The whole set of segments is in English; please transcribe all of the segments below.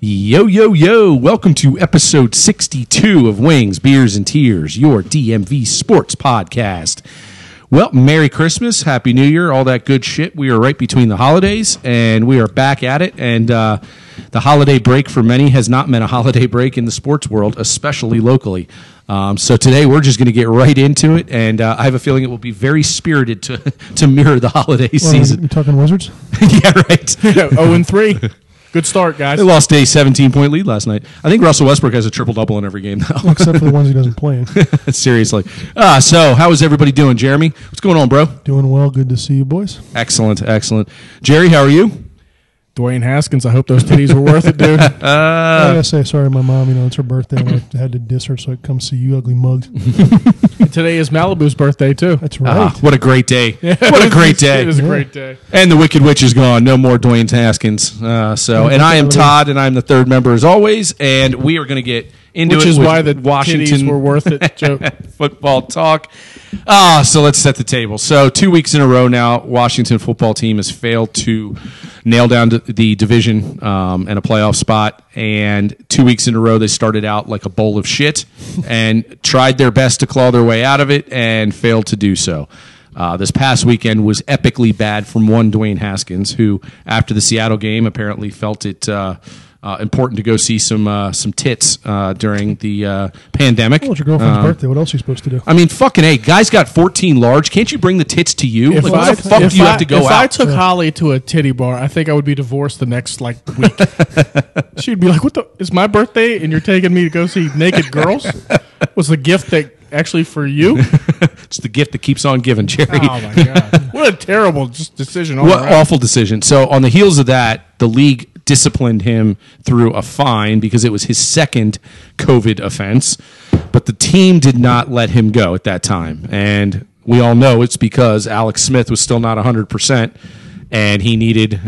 Yo, yo, yo. Welcome to episode 62 of Wings, Beers, and Tears, your DMV sports podcast. Well, Merry Christmas, Happy New Year, all that good shit. We are right between the holidays and we are back at it. And uh, the holiday break for many has not meant a holiday break in the sports world, especially locally. Um, so today we're just going to get right into it. And uh, I have a feeling it will be very spirited to, to mirror the holiday season. You're talking Wizards? yeah, right. Yeah, 0 and 3. Good start, guys. They lost a 17 point lead last night. I think Russell Westbrook has a triple double in every game now. Except for the ones he doesn't play. in. Seriously. Uh, so, how is everybody doing, Jeremy? What's going on, bro? Doing well. Good to see you, boys. Excellent, excellent. Jerry, how are you? Dwayne Haskins, I hope those titties were worth it, dude. Uh, I gotta say, sorry, to my mom. You know, it's her birthday. and I had to diss her, so I come see you, ugly mug. Today is Malibu's birthday, too. That's right. Ah, what a great day. What a great It day. was a great day. And the Wicked Witch is gone. No more Dwayne Haskins. Uh, so, and I am Todd, and I'm the third member as always. And we are going to get into Which it is with why the Washington titties were worth it, Joe. football talk. Ah, so let's set the table. So two weeks in a row now, Washington football team has failed to nail down d- the division um, and a playoff spot. And two weeks in a row, they started out like a bowl of shit and tried their best to claw their way out of it and failed to do so. Uh, this past weekend was epically bad from one Dwayne Haskins, who after the Seattle game apparently felt it. Uh, uh, important to go see some uh, some tits uh, during the uh, pandemic. Well, it's your girlfriend's Uh-huh. birthday. What else are you supposed to do? I mean, fucking a guy's got 14 large. Can't you bring the tits to you? like, why the fuck if do you I- have to go if out? I took Holly to a titty bar, I think I would be divorced the next like week. She'd be like, "What the? It's my birthday, and you're taking me to go see naked girls? Was the gift that actually for you? it's the gift that keeps on giving, Jerry. Oh my god! What a terrible just decision. All what around. awful decision. So on the heels of that, the league disciplined him through a fine because it was his second COVID offense. But the team did not let him go at that time. And we all know it's because Alex Smith was still not 100% and he needed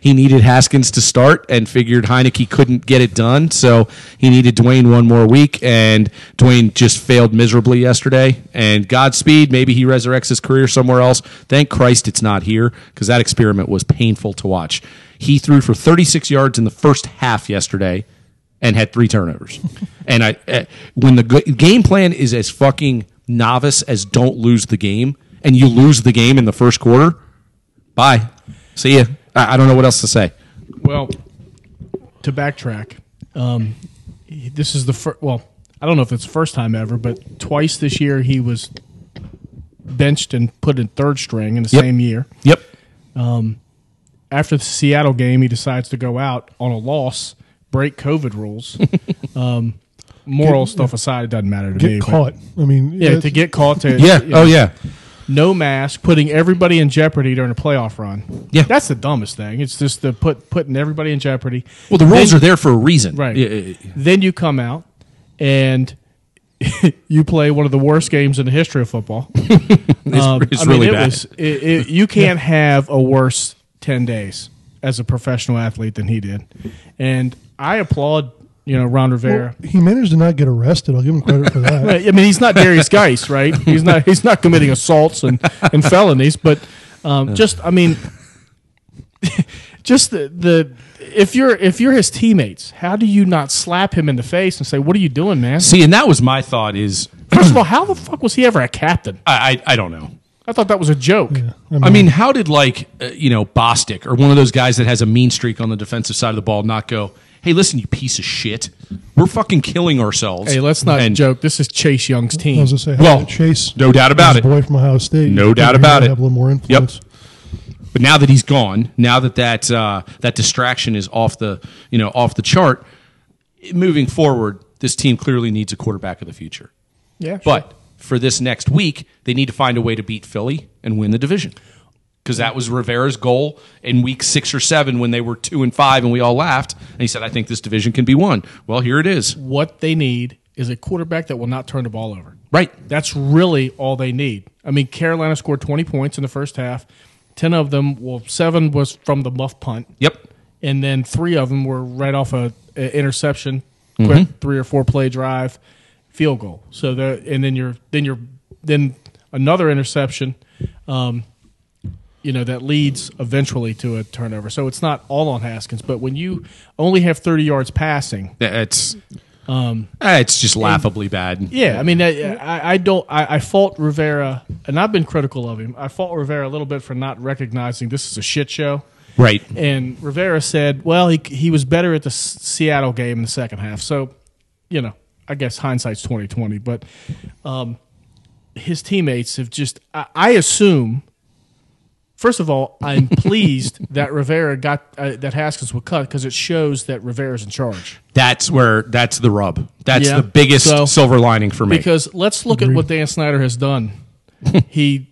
he needed Haskins to start and figured Heineke couldn't get it done. So he needed Dwayne one more week and Dwayne just failed miserably yesterday. And Godspeed, maybe he resurrects his career somewhere else. Thank Christ it's not here because that experiment was painful to watch. He threw for 36 yards in the first half yesterday and had three turnovers. and I, eh, when the g- game plan is as fucking novice as don't lose the game, and you lose the game in the first quarter, bye, see ya. I, I don't know what else to say. Well, to backtrack, um, he- this is the first. Well, I don't know if it's the first time ever, but twice this year he was benched and put in third string in the Yep. same year. Yep. After the Seattle game, he decides to go out on a loss, break COVID rules. um, moral stuff aside, it doesn't matter to me. Get but- caught. I mean, Yeah, that's- to get caught to Yeah. you know, Oh yeah. no mask, putting everybody in jeopardy during a playoff run. Yeah. that's the dumbest thing. It's just the put putting everybody in jeopardy. Well, the rules Then- are there for a reason. Right. Yeah, yeah, yeah. Then you come out and you play one of the worst games in the history of football. Um, It's, it's really it bad. was- it- it- you can't have a worse ten days as a professional athlete than he did, and I applaud you know Ron Rivera. He managed to not get arrested. I'll give him credit for that. I mean, he's not Darius Geis, right? He's not he's not committing assaults and, and felonies, but um, just I mean, just the, the if you're if you're his teammates, how do you not slap him in the face and say, "What are you doing, man?" See, and that was my thought. Is First of all, how the fuck was he ever a captain? I I, I don't know. I thought that was a joke. I mean, how did like uh, you know Bostic or one of those guys that has a mean streak on the defensive side of the ball not go? Hey, listen, you piece of shit. We're fucking killing ourselves. Hey, let's not And- joke. This is Chase Young's I team. was gonna say, how Well, did Chase, no doubt about his it. boy from Ohio State. No You doubt figure about he'd it. Have a little more influence. But now that he's gone, now that that uh, that distraction is off the you know off the chart, moving forward, this team clearly needs a quarterback of the future. yeah, sure. But for this next week, they need to find a way to beat Philly and win the division. Because that was Rivera's goal in week six or seven when they were two and five and we all laughed. And he said, I think this division can be won. Well, here it is. what they need is a quarterback that will not turn the ball over. Right. That's really all they need. I mean, Carolina scored 20 points in the first half. 10 of them, well, seven was from the muff punt. Yep. And then three of them were right off a, a interception, Mm-hmm. quick three or four play drive, field goal. So the and then you're then you're then another interception. Um, you know that leads eventually to a turnover. So it's not all on Haskins, but when you only have 30 yards passing, It's eh, it's just laughably bad. Um, yeah, I mean, I, I, I don't, I, I fault Rivera, and I've been critical of him. I fault Rivera a little bit for not recognizing this is a shit show. Right. And Rivera said, well, he he was better at the S- Seattle game in the second half. So, you know, I guess hindsight's 2020, but um, his teammates have just I, I assume First of all, I'm pleased that Rivera got uh, that Haskins was cut because it shows that Rivera's in charge. That's where that's the rub. That's Yeah. the biggest So- silver lining for me. Because let's look at what Mm-hmm. Dan Snyder has done. he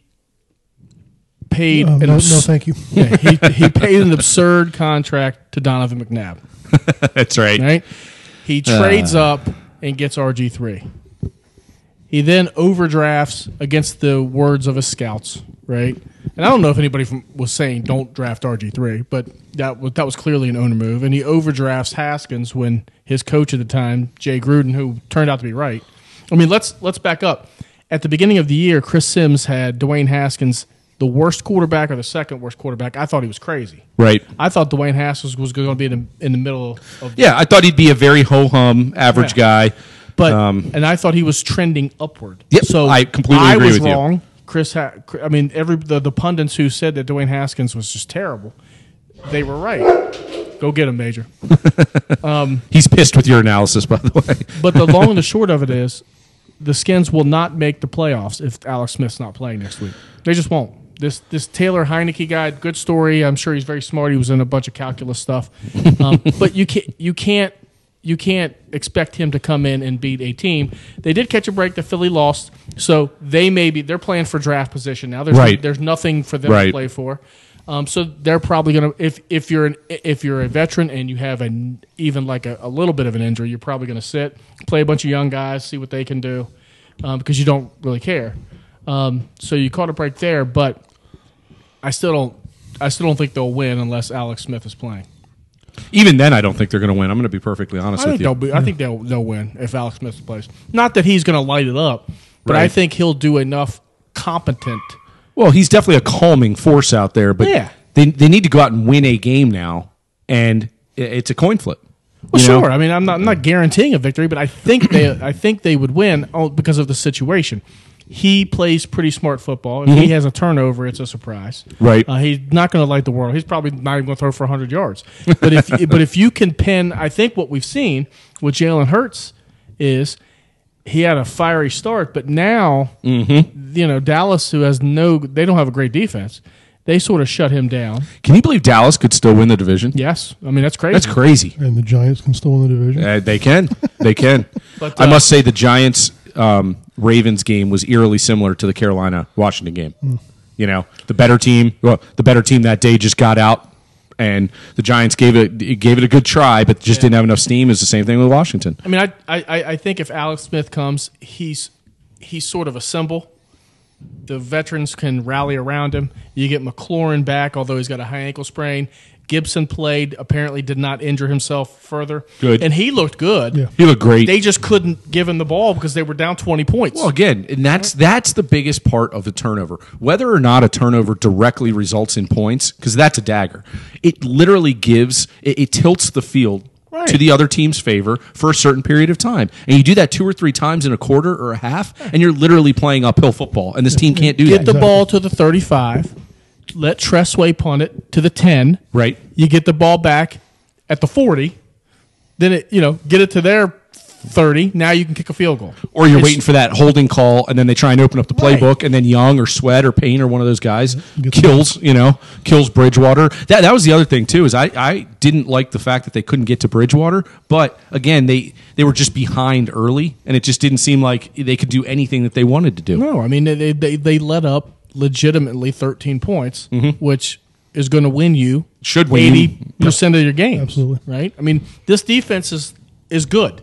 paid Um, an no, no, abs- thank you. Yeah, he, he paid an absurd contract to Donovan McNabb. that's right. Right? He trades up and gets RG three. He then overdrafts against the words of his scouts. Right? And I don't know if anybody from, was saying don't draft RG three, but that was, that was clearly an owner move. And he overdrafts Haskins when his coach at the time, Jay Gruden, who turned out to be right. I mean, let's let's back up. At the beginning of the year, Chris Sims had Dwayne Haskins, the worst quarterback or the second worst quarterback. I thought he was crazy. Right. I thought Dwayne Haskins was going to be in the, in the middle of Yeah, I thought he'd be a very ho hum average guy. But and I thought he was trending upward. Um, Yep, I completely I agree was with you. wrong. Chris, ha- I mean, every the, the pundits who said that Dwayne Haskins was just terrible, they were right. Go get him, Major. He's pissed with your analysis, by the way. But the long and the short of it is, the Skins will not make the playoffs if Alex Smith's not playing next week. They just won't. This this Taylor Heineke guy, good story. I'm sure he's very smart. He was in a bunch of calculus stuff, um, but you can't you can't you can't expect him to come in and beat a team. They did catch a break. The Philly lost, so they may be they're playing for draft position now. There's Right. there's nothing for them to Right. play for. Um, so they're probably going to if if you're an if you're a veteran and you have an even like a, a little bit of an injury, you're probably going to sit, play a bunch of young guys, see what they can do, um, because you don't really care. Um, so you caught a break there, but I still don't I still don't think they'll win unless Alex Smith is playing. Even then, I don't think they're going to win. I'm going to be perfectly honest I think with they'll you. be, I think they'll they'll win if Alex Smith plays. Not that he's going to light it up, but I Right. think he'll do enough competent. Well, he's definitely a calming force out there, but Yeah. they they need to go out and win a game now, and i- it's a coin flip. Well, you know? sure. I mean, I'm not I'm not guaranteeing a victory, but I think they I think they would win all- because of the situation. He plays pretty smart football. If he has a turnover, it's a surprise. Mm-hmm. Right. Uh, he's not going to light the world. He's probably not even going to throw for 100 yards. But if but if you can pin, I think what we've seen with Jalen Hurts is he had a fiery start, but now Mm-hmm. you know Dallas, who has no, they don't have a great defense. They sort of shut him down. Can you believe Dallas could still win the division? Yes, I mean that's crazy. That's crazy. And the Giants can still win the division. Uh, they can. They can. But, I uh, must say the Giants um, Ravens game was eerily similar to the Carolina Washington game. Hmm. You know, the better team, well, the better team that day just got out, and the Giants gave it gave it a good try, but just didn't have enough steam. Is the same thing with Washington. I mean, I, I, I- I think if Alex Smith comes, he's he's sort of a symbol. The veterans can rally around him. You get McLaurin back, although he's got a high ankle sprain. Gibson played, apparently did not injure himself further. Good. And he looked good. Yeah. He looked great. They just couldn't give him the ball because they were down 20 points. Well, again, and that's that's the biggest part of the turnover. Whether or not a turnover directly results in points, because that's a dagger. It literally gives it, it tilts the field Right. to the other team's favor for a certain period of time, and you do that two or three times in a quarter or a half, and you're literally playing uphill football. And this team can't do get that. the ball to the 35. Let Tressway punt it to the 10. Right. You get the ball back at the 40. Then it, you know, get it to their 30. Now you can kick a field goal. or you're It's- waiting for that holding call, and then they try and open up the Right. playbook, and then Young or Sweat or Payne or one of those guys Gets kills, you know, kills Bridgewater. That that was the other thing too is I, I didn't like the fact that they couldn't get to Bridgewater, but again they they were just behind early, and it just didn't seem like they could do anything that they wanted to do. No, I mean they they, they let up legitimately 13 points, which is going to win you Mm-hmm. Should win you. 80 percent of your games. Absolutely. right. I mean this defense is is good.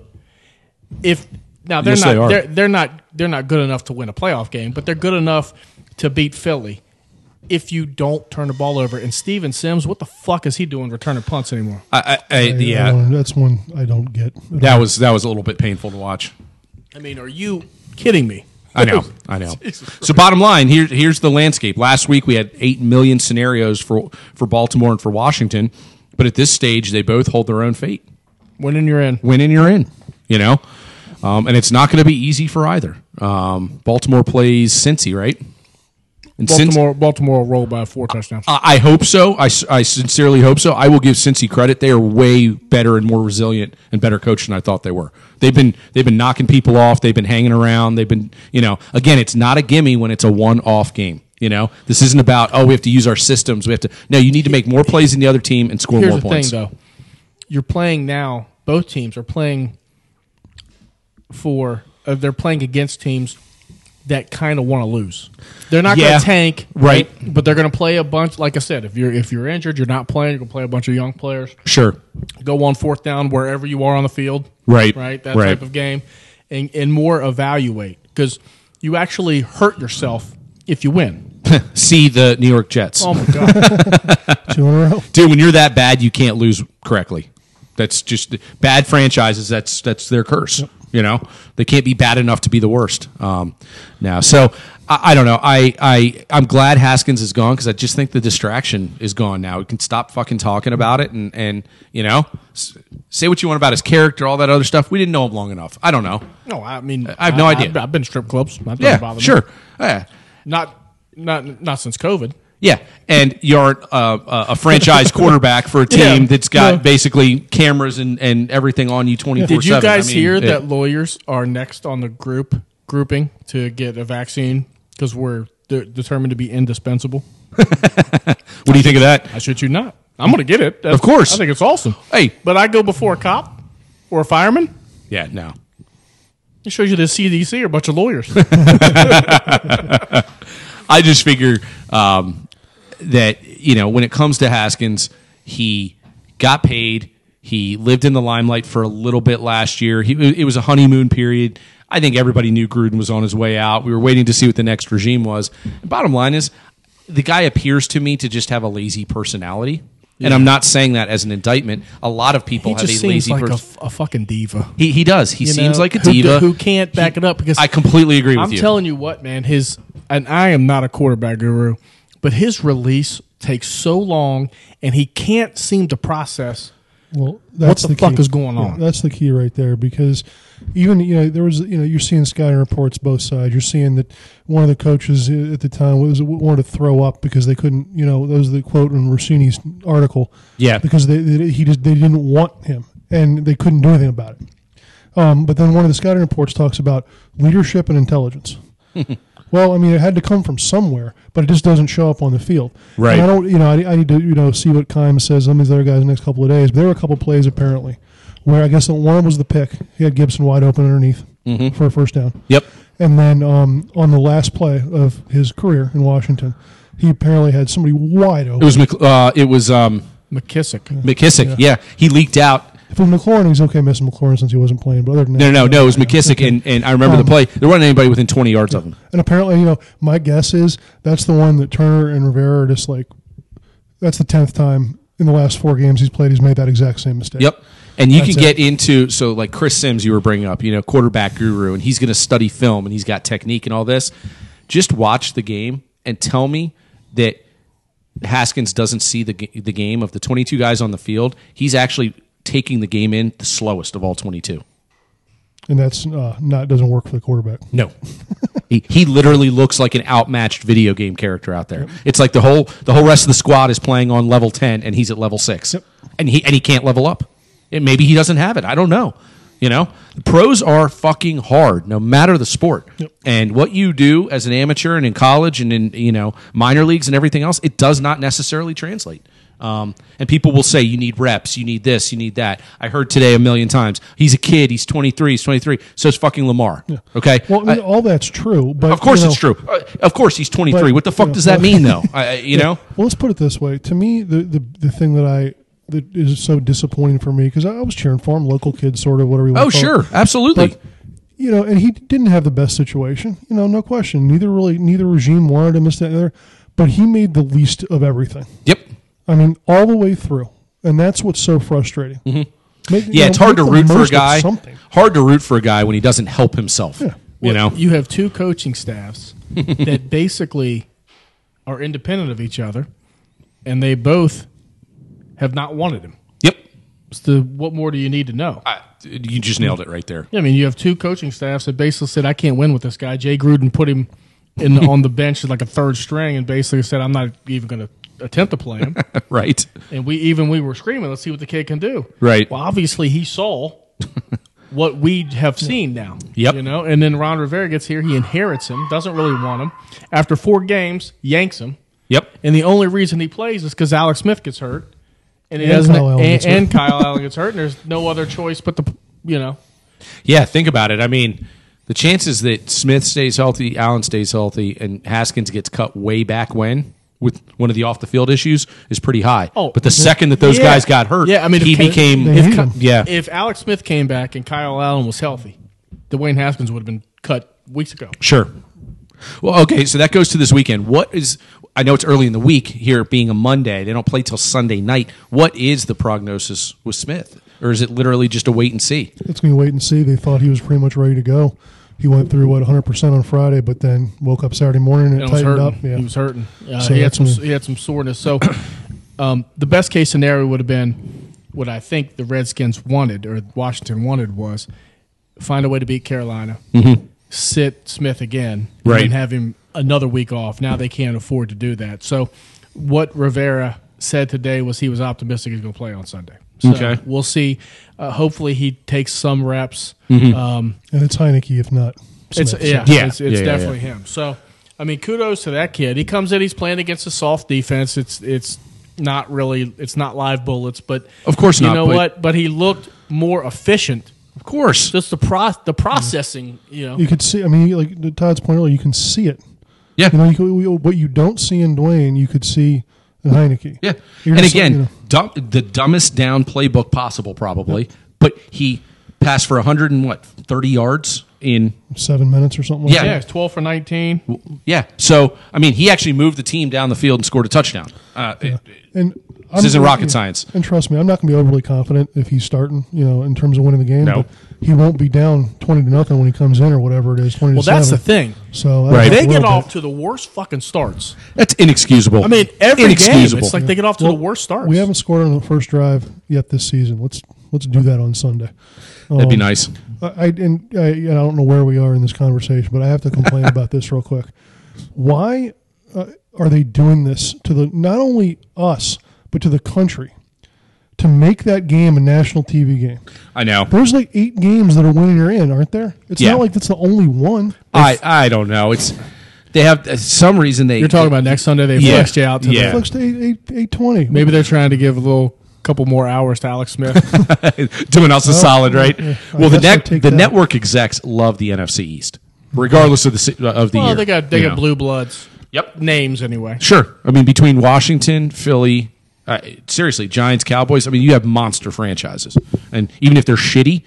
If now they're Yes, not they they are. are they're not they're not good enough to win a playoff game, but they're good enough to beat Philly. If you don't turn the ball over, and Steven Sims, what the fuck is he doing returning punts anymore? I, I, I, I- I yeah, don't- uh, that's one I don't get. at all. that was that was a little bit painful to watch. I mean, are you kidding me? I know. I know. So bottom line, here, here's the landscape. Last week we had 8 million scenarios for, for Baltimore and for Washington, but at this stage they both hold their own fate. Winning, you're in. Win and you're in, you know? Um, and it's not going to be easy for either. Um, Baltimore plays Cincy, right? And Cincy- Baltimore, Baltimore will roll by four touchdowns. I I hope so. I, s- I sincerely hope so. I will give Cincy credit. They are way better and more resilient and better coach than I thought they were. They've been they've been knocking people off. They've been hanging around. They've been you know again, it's not a gimme when it's a one off game. You know, this isn't about oh we have to use our systems. We have to no. You need to make more plays than the other team and score Here's more the points. thing, though. You're playing now. Both teams are playing for. Uh, they're playing against teams that kind of want to lose. They're not Yeah. going to tank, Right. But they're going to play a bunch. Like I said, if you're if you're injured, you're not playing. You're going to play a bunch of young players. Sure, Go on fourth down wherever you are on the field. Right. Right. That Right. type of game, and and more evaluate because you actually hurt yourself if you win. see the New York Jets. Oh my god. Two in a row. dude when you're that bad you can't lose correctly that's just bad franchises that's that's their curse you know they can't be bad enough to be the worst um, now so I, I don't know I, I i'm glad haskins is gone because i just think the distraction is gone now we can stop fucking talking about it and and you know s- say what you want about his character all that other stuff we didn't know him long enough i don't know no, I mean I have no idea. I've, I've been to strip clubs. That doesn't yeah bother me. sure yeah Not not not since COVID. Yeah, and you're uh, a a franchise quarterback for a team Yeah. that's got Yeah. basically cameras and, and everything on you twenty four seven. Did you guys hear that lawyers are next on the group grouping to get a vaccine because we're de- determined to be indispensable? What do you think of that? I should you not. I'm going to get it. That's- Of course. I think it's awesome. Hey. but I go before a cop or a fireman. Yeah, no. It shows you the CDC are a bunch of lawyers. I just figure um, that you know when it comes to Haskins, he got paid. He lived in the limelight for a little bit last year. He, it was a honeymoon period. I think everybody knew Gruden was on his way out. We were waiting to see what the next regime was. Bottom line is, the guy appears to me to just have a lazy personality. And I'm not saying that as an indictment. A lot of people he have just a seems lazy like a, person. f- a fucking diva. he, he does. He you seems know, like a who d- diva. who, can't back it up because I completely agree with I'm you. telling you what, man, his and I am not a quarterback guru, but his release takes so long and he can't seem to process Well, that's the the fuck key. is going on? Yeah, that's the key right there because even you know there was you know you're seeing scouting reports both sides. You're seeing that one of the coaches at the time was wanted to throw up because they couldn't. You know, those are the quote in Rossini's article. Yeah. because they, they he just they didn't want him and they couldn't do anything about it. Um, but then one of the scouting reports talks about leadership and intelligence. Well, I mean, it had to come from somewhere, but it just doesn't show up on the field. Right. And I don't, you know, I, I need to, you know, see what Kime says on these other guys the next couple of days. But there were a couple of plays apparently where I guess one was the pick. He had Gibson wide open underneath Mm-hmm. for a first down. yep. And then um, on the last play of his career in Washington, he apparently had somebody wide It open. was Mc- uh, it was um, McKissick. McKissick. Yeah. he leaked out. If it was McLaurin, he's okay missing McLaurin since he wasn't playing. But other than No, that, no, no. It was yeah. McKissick, and, and I remember the play. There wasn't anybody within twenty yards of him. And apparently, you know, my guess is that's the one that Turner and Rivera are just like, that's the tenth time in the last four games he's played. He's made that exact same mistake. Yep. And you That's can get into so like Chris Sims, you were bringing up, you know, quarterback guru, and he's going to study film and he's got technique and all this. Just watch the game and tell me that Haskins doesn't see the g- the game of the twenty two guys on the field. He's actually taking the game in the slowest of all twenty two. And that's uh, not doesn't work for the quarterback. No. he, he literally looks like an outmatched video game character out there. It's like the whole the whole rest of the squad is playing on level 10 and he's at level 6. And he and he can't level up. And maybe he doesn't have it. I don't know. You know? The pros are fucking hard no matter the sport. And what you do as an amateur and in college and in, you know, minor leagues and everything else, it does not necessarily translate. Um, and people will say you need reps, you need this, you need that. I heard today a million times. He's a kid. He's 23. He's 23. So is fucking Lamar. Okay. Well, I mean, I- all that's true, but of course you know- it's true. Uh, Of course he's 23. But- what the fuck yeah. does that mean though? I, I- you know? Well, let's put it this way. To me, the the, the thing that I that is so disappointing for me because I, I was cheering for him, local kid, sort of whatever you want. Oh to call sure, it. absolutely. But, you know, and he didn't have the best situation. You know, no question. Neither really, neither regime wanted him. This, that, and the other. But he made the least of everything. yep. I mean, all the way through, and that's what's so frustrating. Make- you Mm-hmm. Yeah, know, it's hard make to the root for a most of guy. Something. Hard to root for a guy when he doesn't help himself. you know, you have two coaching staffs that basically are independent of each other, and they both have not wanted him. yep. It's the- what more do you need to know? I, you just nailed it right there. I mean, you have two coaching staffs that basically said, "I can't win with this guy." Jay Gruden put him in on the bench as like a third string, and basically said, "I'm not even going to attempt to play him." Right. and we even we were screaming, "Let's see what the kid can do." Right. Well, obviously he saw what we have seen now. Yep. You know, and then Ron Rivera gets here, he inherits him, doesn't really want him. After four games, yanks him, Yep. and the only reason he plays is because Alex Smith gets hurt, and, he And doesn't, Kyle Allen and, gets hurt. and Kyle Allen gets hurt, and there's no other choice but the you know. Yeah, think about it. I mean, the chances that Smith stays healthy, Allen stays healthy, and Haskins gets cut way back when with one of the off the field issues is pretty high. Oh, but the second that those yeah. guys got hurt, Yeah, I mean, he if- became They need him. yeah. If Alex Smith came back and Kyle Allen was healthy, Dwayne Haskins would have been cut weeks ago. Sure. Well, okay, so that goes to this weekend. What is I know it's early in the week here being a Monday. They don't play till Sunday night. What is the prognosis with Smith? Or is it literally just a wait and see? It's going to wait and see. They thought he was pretty much ready to go. He went through what 100 percent on Friday, but then woke up Saturday morning and, and it was tightened hurting. up. Yeah, He was hurting. Uh, So he had that's some. when- He had some soreness. So, um, the best case scenario would have been what I think the Redskins wanted or Washington wanted was find a way to beat Carolina, sit Smith again, Mm-hmm. Right. and have him another week off. Now they can't afford to do that. So, what Rivera said today was he was optimistic he's going to play on Sunday. So Okay. we'll see. Uh, hopefully, he takes some reps. Mm-hmm. Um, and it's Heineke, if not. it's Smith. yeah, Yeah. it's, Yeah, it's yeah, definitely him. So I mean, kudos to that kid. He comes in, he's playing against a soft defense. It's it's not really it's not live bullets, but Of course you not, know but- what? But he looked more efficient. Of course. Just the pro the processing, you know. you could see. I mean, like to Todd's point earlier, you can see it. Yeah. You know, you could, what you don't see in Dwayne, you could see in Heineke. Yeah. You're and just like, again, you know, dumb, the dumbest down playbook possible, probably. But he passed for 100 and what, 30 yards in. seven minutes or something. Like Yeah. that. yeah, it's twelve for nineteen. Yeah. So, I mean, he actually moved the team down the field and scored a touchdown. Uh, And I'm, This isn't rocket science. And trust me, I'm not going to be overly confident if he's starting, you know, in terms of winning the game. No. But he won't be down 20 to nothing when he comes in or whatever it is, 20 Well, to that's the 7. thing. So uh, I Right. don't They get know off about- to the worst fucking starts. That's inexcusable. I mean, every game inexcusable. it's like they get off to the worst starts. We haven't scored on the first drive yet this season. Let's let's do that on Sunday. That'd be nice. I, I and I, and I don't know where we are in this conversation, but I have to complain about this real quick. Why uh, are they doing this to the not only us but to the country to make that game a national TV game? I know. There's like eight games that are winning or in, aren't there? It's Yeah. not like that's the only one. I, I don't know. It's they have uh, some reason they You're talking about next Sunday they Yeah. flexed you out to the- Yeah. Flex to eight eight eight twenty. maybe they're trying to give a little couple more hours to Alex Smith. doing us Oh, a solid, right? yeah. I Well, the guess I'll net, the take that. network execs love the NFC East, regardless of the si- uh, of the Well, year. they got they you got know. blue bloods. Yep. names anyway. Sure. I mean, between Washington, Philly, uh, seriously, Giants, Cowboys. I mean, you have monster franchises, and even if they're shitty,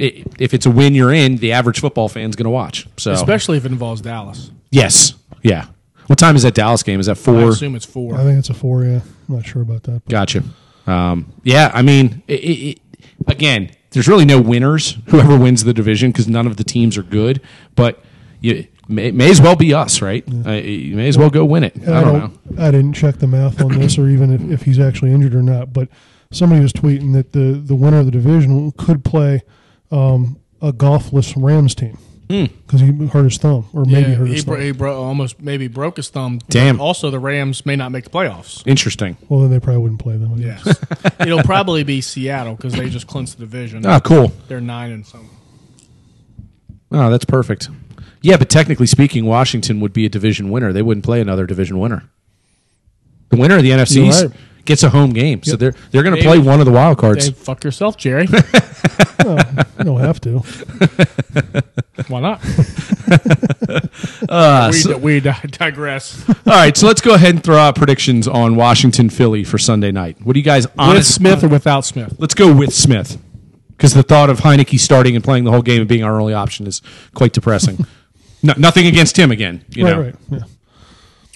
i if it's a win, you're in. The average football fan's going to watch. So Especially if it involves Dallas. yes, yeah. What time is that Dallas game? Is that I four? assume it's four. I think it's a four. Yeah, I'm not sure about that. But Gotcha. Um, yeah, I mean, i i it, again, there's really no winners. Whoever wins the division, because none of the teams are good. But you may, may as well be us, right? Uh, you may as well go win it. I don't, know. I didn't check the math on this, or even if, if he's actually injured or not. But somebody was tweeting that the the winner of the division could play um, a golfless Rams team Hmm. because he hurt his thumb, or maybe Yeah, hurt he, his bro- thumb. he bro- almost maybe broke his thumb. Damn. Also, the Rams may not make the playoffs. Interesting. Well, then they probably wouldn't play them. I guess. Yes, it'll probably be Seattle because they just clinched the division. Ah, cool. They're nine and something. Oh, that's perfect. Yeah, but technically speaking, Washington would be a division winner. They wouldn't play another division winner. The winner of the NFC You're East right. gets a home game, so they're they're going to play Maybe. one of the wild cards. Hey, fuck yourself, Jerry. you don't have to. Why not? Uh, we, di- we di- digress. All right, so let's go ahead and throw out predictions on Washington Philly for Sunday night. What do you guys With honest? Smith or without Smith? Let's go with Smith because the thought of Heineke starting and playing the whole game and being our only option is quite depressing. no, nothing against him again, you right, know. right. Yeah.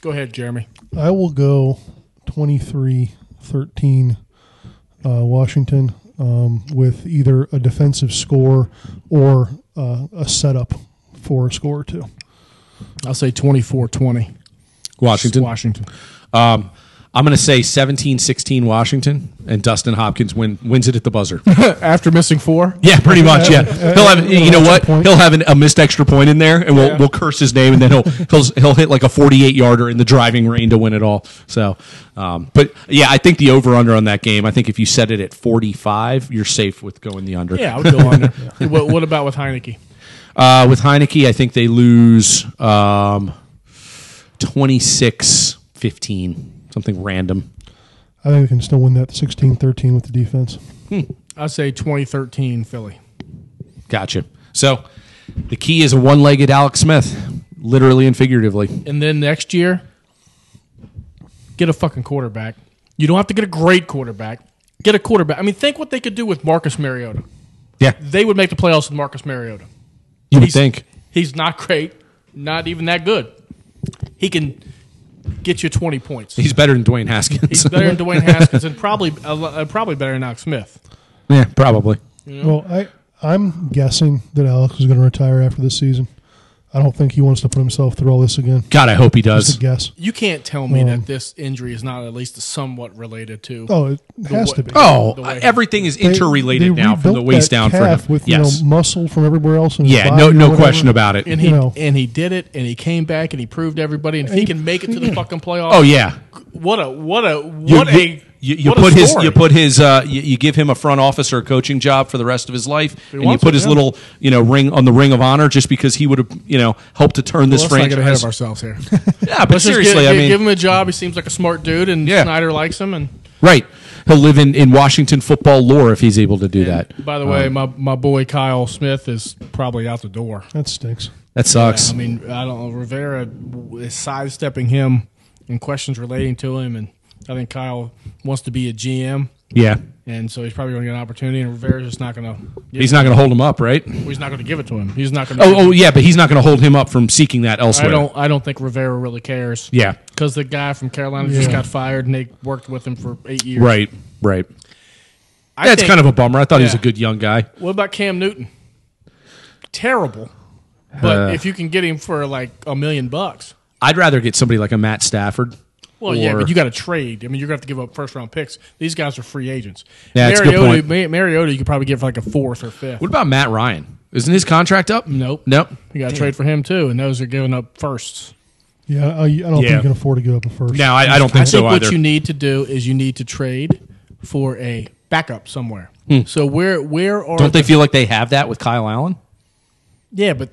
Go ahead, Jeremy. I will go 23 13 uh, Washington um, with either a defensive score or uh, a setup for a score or two. I'll say 24 20. Washington. Washington. Um, I'm going to say 17-16 Washington, and Dustin Hopkins win, wins it at the buzzer. After missing four, yeah, pretty much. Yeah, he'll have you know what? He'll have an, a missed extra point in there, and we'll we'll curse his name, and then he'll he'll he'll hit like a 48 yarder in the driving rain to win it all. So, um, but yeah, I think the over under on that game. I think if you set it at 45, you're safe with going the under. yeah, I would go under. what, what about with Heineke? Uh, with Heineke, I think they lose um, 26-15, something random. I think they can still win that 16-13 with the defense. I'll say 2013 Philly. Gotcha. So the key is a one legged Alex Smith, literally and figuratively. And then next year, get a fucking quarterback. You don't have to get a great quarterback. Get a quarterback. I mean, think what they could do with Marcus Mariota. Yeah. They would make the playoffs with Marcus Mariota. You would He's- think. He's not great, not even that good. He can get you 20 points. He's better than Dwayne Haskins. He's better than Dwayne Haskins and probably a lo- uh, probably better than Alex Smith. yeah, probably. Well, I I'm guessing that Alex is going to retire after this season. I don't think he wants to put himself through all this again. God, I hope he Just a does. guess. You can't tell Hmm. me Um, that this injury is not at least somewhat related to. Oh, it has to be. Oh, The way- everything is They- interrelated they now from the rebuilt waist that down for calf him. with yes. you know, muscle from everywhere else. In his yeah, body no or no whatever. question about it. and he you know. and he did it, and he came back, and he proved everybody. And if he can make it to the fucking playoffs, Oh yeah. what a what a You, what you- a you- you what a put his story. you put his uh, you, you give him a front office or a coaching job for the rest of his life, and you wants put it, his yeah. little you know ring on the ring of honor just because he would have you know helped to turn this Let's not get ahead franchise. of ourselves here. Yeah, but Let's just seriously, give, I mean, give him a job. He seems like a smart dude, and Yeah. Snyder likes him. And Right. He'll live in, in Washington football lore if he's able to do that. by the way, my my boy Kyle Smith is probably out the door. That stinks. That sucks. I mean, I don't know. Rivera is sidestepping him and questions relating to him, and I think Kyle wants to be a GM, Yeah. and so he's probably going to get an opportunity. And Rivera's just not going to. He's not going to hold him up, right? He's not going to give it to him. He's not going. to Oh, oh yeah, but he's not going to hold him up from seeking that elsewhere. I don't. I don't think Rivera really cares. Yeah. because the guy from Carolina just Yeah. got fired, and they worked with him for eight years. Right. Right. I That's think- kind of a bummer. I thought he was a Yeah. good young guy. What about Cam Newton? Terrible, but Uh. if you can get him for like a million bucks, I'd rather get somebody like a Matt Stafford. Well, yeah, or- but you got to trade. I mean, you're going to have to give up first round picks. These guys are free agents. Yeah, that's a good Mariota, point. Ma- Mariota, you could probably get for like a fourth or fifth. What about Matt Ryan? Isn't his contract up? Nope. Nope. You got to trade for him too, and those are giving up firsts. Yeah, I, I don't think Yeah. you can afford to give up a first. No, I, I don't think I think so what either. you need to do is you need to trade for a backup somewhere. So where where are Hmm. don't they feel like they have that with Kyle Allen? Yeah, but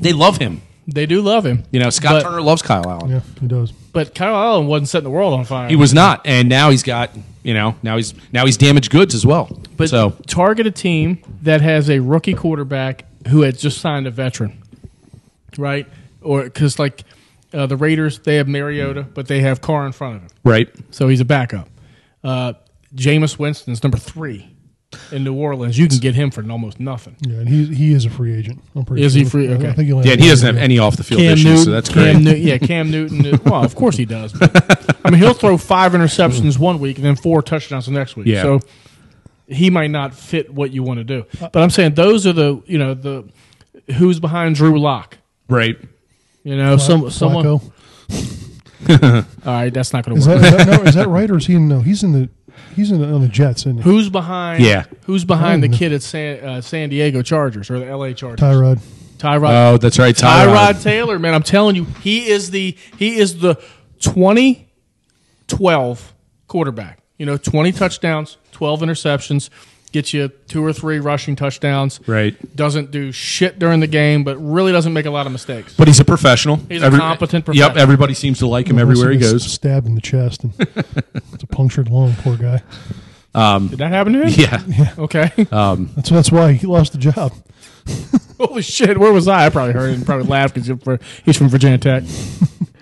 They love him. they do love him. You know, Scott But- Turner loves Kyle Allen. Yeah, he does. But Kyle Allen wasn't setting the world on fire. He was not, and now he's got you know now he's now he's damaged goods as well. But so target a team that has a rookie quarterback who had just signed a veteran, right? Or because like uh, the Raiders, they have Mariota, but they have Carr in front of him, right, so he's a backup. Uh, Jameis Winston's number three in New Orleans. You can get him for almost nothing. Yeah, and he he is a free agent. I'm pretty. Is sure. he free? I- I Okay. think he'll Yeah, and he doesn't have any off the field issues, so that's great. Cam Newton, yeah, Cam Newton. uh, Well, of course he does. but, I mean, he'll throw five interceptions one week and then four touchdowns the next week. Yeah. So he might not fit what you want to do. Uh, But I'm saying those are the you know the who's behind Drew Lock. right. You know, some someone. All Flacco. right, that's not going Is to work. that, is that no? Is that right or is he no? He's in the he's in the, on the Jets, isn't he? who's behind? Yeah. Who's behind Oh. the kid at San, uh, San Diego Chargers or the L.A. Chargers? Tyrod. Tyrod. Oh, that's right, Tyrod. Tyrod Taylor, man, I'm telling you, he is the he is the 2012 quarterback. You know, 20 touchdowns, 12 interceptions, gets you two or three rushing touchdowns. Right. Doesn't do shit during the game, but really doesn't make a lot of mistakes. But he's a professional. He's a competent Yep, professional. everybody seems to like him everywhere he Wilson is goes. Stabbed in the chest and it's a punctured lung. Poor guy. Did that happen to him? Yeah, Uh, Okay. That's that's why he lost the job. Holy shit, where was I? I probably heard it and probably laughed because he's from Virginia Tech.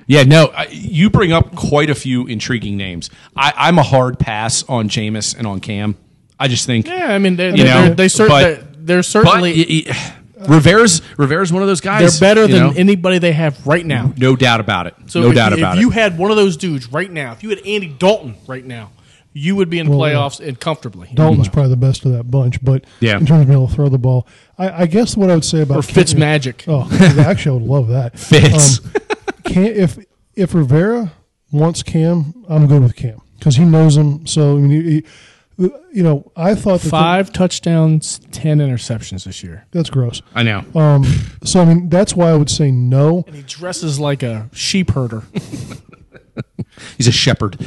yeah. No, I, you bring up quite a few intriguing names. I, I'm a hard pass on Jameis and on Cam. I just think Yeah, I mean, they, You know, they, they cer- but- they're, they're but certainly y- y- Rivera's Rivera's one of those they're guys. better you than know? anybody they have right now. no doubt about it. So no if, doubt if about you it. had one of those dudes right now, if you had Andy Dalton right now, you would be in Well, yeah. playoffs and comfortably. Dalton's probably the best of that bunch, but Yeah. in terms of being able to throw the ball, I, I guess what I would say about Or Fitz Kenyon- Magic. Oh, actually, I would love that. Fitz. Um, can, if if Rivera wants Cam, I'm good with Cam because he knows him. So I mean, he, he- you know, I thought that Five touchdowns, ten interceptions this year. that's gross. I know. Um, so I mean, that's why I would say no. And he dresses like a sheep herder. He's a shepherd.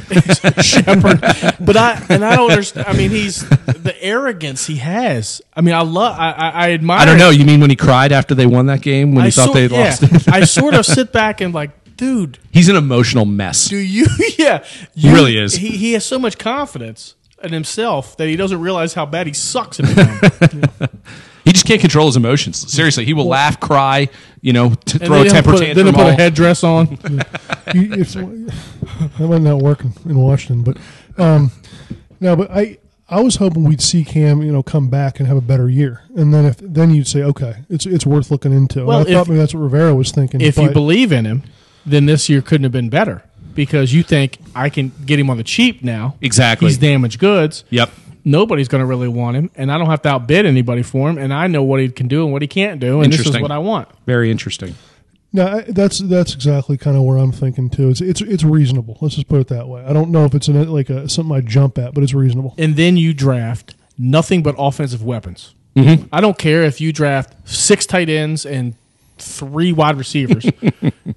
shepherd. But I and I don't understand. I mean, he's the arrogance he has. I mean, I love. I, I, I admire. I don't know. it. You mean when he cried after they won that game when I he thought sor- they yeah. lost it? I sort of sit back and like, dude, He's an emotional mess. do you? Yeah, you, really is. He, he has so much confidence in himself that he doesn't realize how bad he sucks. At becoming. He just can't control his emotions. Seriously, he will laugh, cry, you know, t- throw a temper tantrum. Then put all- a headdress on. You- if- that might not work in, in Washington, but um, no, but I. I was hoping we'd see Cam, you know, come back and have a better year, and then if then you'd say, okay, it's it's worth looking into. And Well, I thought if- maybe that's what Rivera was thinking. if you but- believe in him, then this year couldn't have been better because you think I can get him on the cheap now. Exactly. He's damaged goods. Yep. Nobody's going to really want him, and I don't have to outbid anybody for him. And I know what he can do and what he can't do, and this is Interesting. what I want. Very interesting. No, I- that's that's exactly kind of where I'm thinking too. It's it's it's reasonable. Let's just put it that way. I don't know if it's an, like a, something I jump at, but it's reasonable. And then you draft nothing but offensive weapons. Mm-hmm. I don't care if you draft six tight ends and three wide receivers,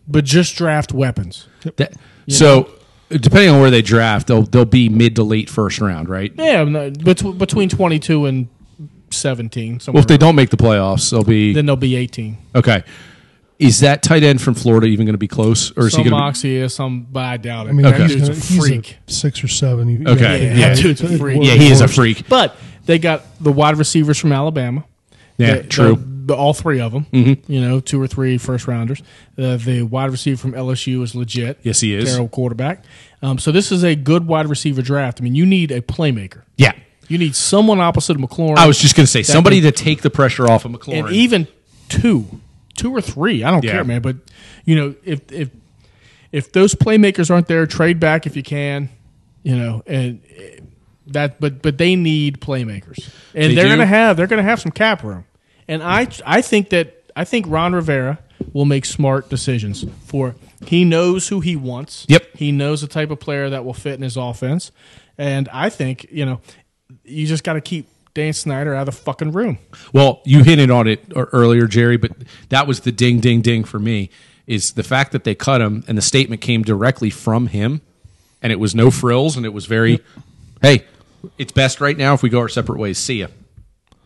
but just draft weapons. That- so, depending on where they draft, they'll they'll be mid to late first round, right? Yeah, I'm not- bet- between twenty-two and seventeen. Well, Somewhere if they don't make the playoffs, they'll be then they'll be eighteen. okay. Is that tight end from Florida even going to be close, or is some he going to? Moxie is, some, but I doubt it. I mean, that Okay. he's, dude's gonna- a he's freak. six or seven. You- you Okay, gotta think yeah. about That it. dude's a It's- freak. Be, be- yeah, he is a freak. but they got the wide receivers from Alabama. Yeah, The- the- true. Mm-hmm. the- all three of them, you know, two or three first rounders. Uh, the wide receiver from LSU is legit. Yes, he is. Terrible quarterback. Um, so this is a good wide receiver draft. I mean, you need a playmaker. Yeah, You need someone opposite of McLaurin. I was just going to say somebody to take the pressure off of and McLaurin. even two, two or three. I don't Yeah. care, man. But you know, if if if those playmakers aren't there, trade back if you can. You know, and eh, that. But but they need playmakers, and They they are do. going to have they're going to have some cap room. And I I think that I think Ron Rivera will make smart decisions for he knows who he wants. Yep. He knows the type of player that will fit in his offense. And I think, you know, you just got to keep Dan Snyder out of the fucking room. Well, you hinted on it ear- earlier, Jerry, but that was the ding, ding, ding for me is the fact that they cut him and the statement came directly from him and it was no frills and it was very, hey, it's best right now if we go our separate ways. See ya.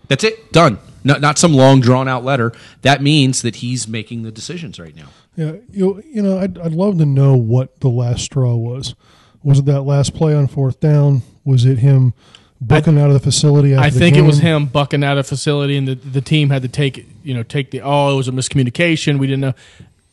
That's it. Done. Not, not some long, drawn out letter. That means that he's making the decisions right now. Yeah, you you know, I'd I'd love to know what the last straw was. Was it that last play on fourth down? Was it him booking out of the facility? After I the think it was game? him bucking out of facility, and the, the team had to take it. You know, take the oh, it was a miscommunication. We didn't know.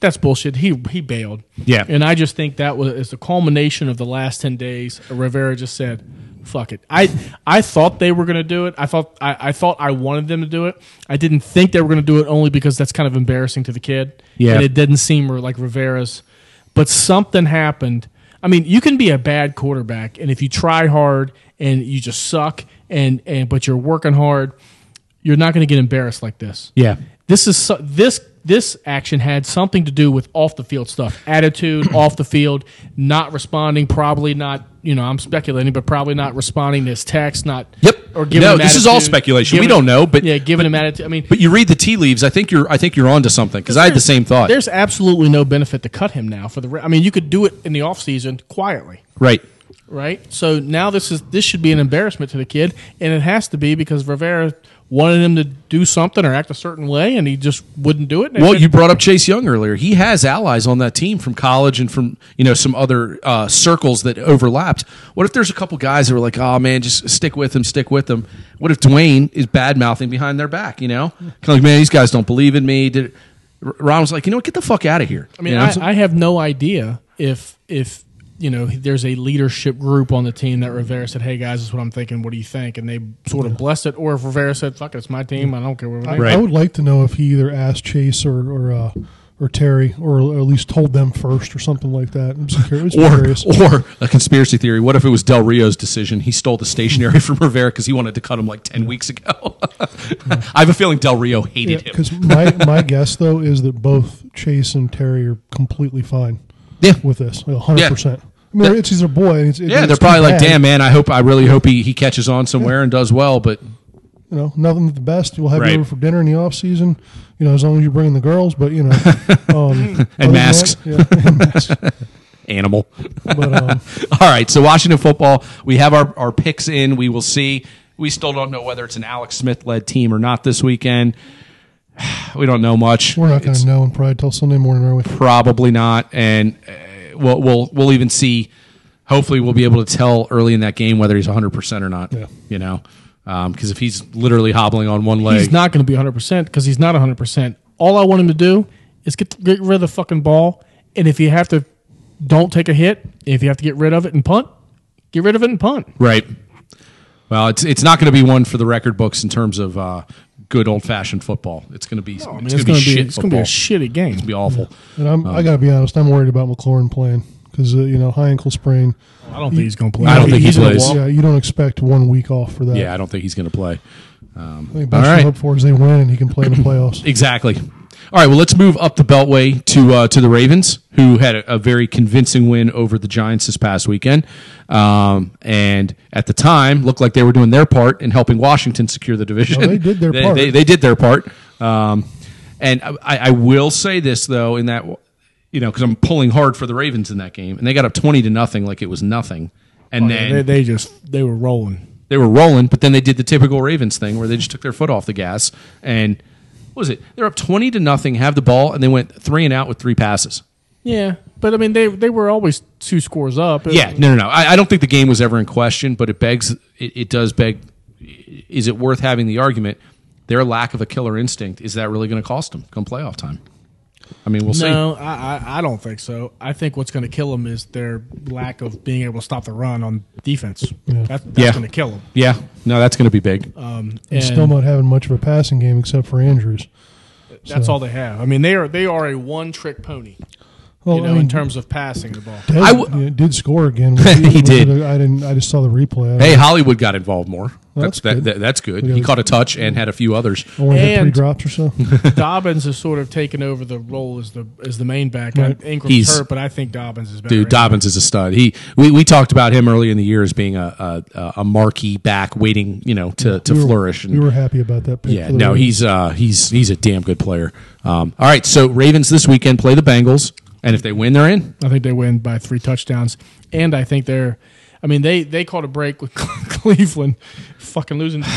That's bullshit. He he bailed. Yeah. and I just think that was is the culmination of the last ten days. Rivera just said, "Fuck it." I I thought they were going to do it. I thought I, I thought I wanted them to do it. I didn't think they were going to do it only because that's kind of embarrassing to the kid. Yeah. and it didn't seem like Rivera's. But something happened. I mean, you can be a bad quarterback, and if you try hard and you just suck, and and but you're working hard, you're not going to get embarrassed like this. Yeah. This is so- this this action had something to do with off the field stuff, attitude off the field, not responding, probably not. You know, I'm speculating, but probably not responding to his text, not Yep. or giving. No, him this is all attitude, speculation. We don't giving- know, but- yeah, giving him attitude. I mean, But you read the tea leaves. I think you're, I think you're onto something because I had the same thought. there's absolutely no benefit to cut him now for the. re- I mean, you could do it in the off season quietly. Right. right? So now this is this should be an embarrassment to the kid, and it has to be because Rivera wanted him to do something or act a certain way, and he just wouldn't do it. And Well, it- you brought up Chase Young earlier. He has allies on that team from college and from you know some other uh, circles that overlapped. What if there's a couple guys that were like, "Oh man, just stick with him, stick with him." What if Dwayne is bad mouthing behind their back? You know, kind of like, man, these guys don't believe in me. Did R- Ron was like, you know, what? get the fuck out of here. I mean, I, I have no idea if if you know there's a leadership group on the team that Rivera said, "Hey guys, this is what I'm thinking. What do you think?" And they sort of blessed it, or if Rivera said, "Fuck it, it's my team. I don't care what." we think." Right. I would like to know if he either asked Chase or or, uh, or Terry, or at least told them first, or something like that. I'm just curious. Or, curious. or a conspiracy theory. What if it was Del Rio's decision? He stole the stationery from Rivera because he wanted to cut him like 10 weeks ago. I have a feeling Del Rio hated him. Because my, my guess though is that both Chase and Terry are completely fine. Yeah. with this, like, hundred Yeah. percent. I mean, That- it's he's a boy. And it's, it- Yeah, it's they're probably too like, bad, damn, man, I hope, I really hope he, he catches on somewhere and does well, but You know, nothing but the best. We'll have Right. you over for dinner in the off season. You know, as long as you bring in the girls. But you know, um, other than masks. that, yeah, and masks. animal. But um, All right, so Washington football, we have our, our picks in. We will see. We still don't know whether it's an Alex Smith led team or not this weekend. We don't know much. we're not going It's to know and probably till Sunday morning, are we? Probably not, and uh, we'll we'll we'll even see. Hopefully, we'll be able to tell early in that game whether he's 100 percent or not. Yeah. You know, because if he's literally hobbling on one leg, He's not going to be 100% because he's not 100%. All I want him to do is get, get rid of the fucking ball. And if you have to, don't take a hit. If you have to get rid of it and punt, get rid of it and punt. Right. Well, it's it's not going to be one for the record books in terms of uh, good old fashioned football. It's going to be I mean, it's, going to be shit it's football. going to be a shitty game. It's gonna be awful. And I'm, Oh. I got to be honest, I'm worried about McLaurin playing because uh, you know high ankle sprain. I don't think he's going to play. I don't think he he's gonna plays. walk. Yeah, you don't expect one week off for that. Yeah, I don't think he's going to play. I think best All you right. hope for is they win and he can play in the playoffs. Exactly. All right. Well, let's move up the beltway to uh, to the Ravens, who had a, a very convincing win over the Giants this past weekend, um, and at the time looked like they were doing their part in helping Washington secure the division. No, they did their part. They, they did their part. Um, and I, I will say this though, in that you know, because I'm pulling hard for the Ravens in that game, and they got up twenty to nothing, like it was nothing, Oh, and then They, they just, they were rolling. they were rolling, but then they did the typical Ravens thing where they just took their foot off the gas and what was it? They're up twenty to nothing, have the ball, and they went three and out with three passes. Yeah. But I mean, they, they were always two scores up. It- Yeah, no, no, no. I, I don't think the game was ever in question, but it begs, it, it does beg, is it worth having the argument? Their lack of a killer instinct is that really going to cost them come playoff time? I mean, we'll see. No, I, I, I don't think so. I think what's going to kill them is their lack of being able to stop the run on defense. That, that's Yeah. going to kill them. Yeah, no, that's going to be big. And Still not having much of a passing game except for Andrews. that's all they have. I mean, they are they are a one trick pony. Well, you know, I mean, in terms of passing the ball. Dez, I w- you know, did score again. He did. I didn't. I just saw the replay. I, hey, Hollywood got involved more. That's That's that, good. that, that's good. We He gotta- caught a touch and had a few others. I only had three And- drops or so. Dobbins has sort of taken over the role as the as the main back. Right. I, Ingram's He's- hurt, but I think Dobbins is better. Dude, Dobbins is a stud. He we, we talked about him earlier in the year as being a a, a marquee back waiting, you know, to, to We were- flourish. we And, were happy about that. Pick yeah, for the no, Ravens. he's uh he's he's a damn good player. Um, all right, so Ravens this weekend play the Bengals, and if they win, they're in. I think they win by three touchdowns, and I think they're. I mean, they they caught a break with Cleveland, fucking losing to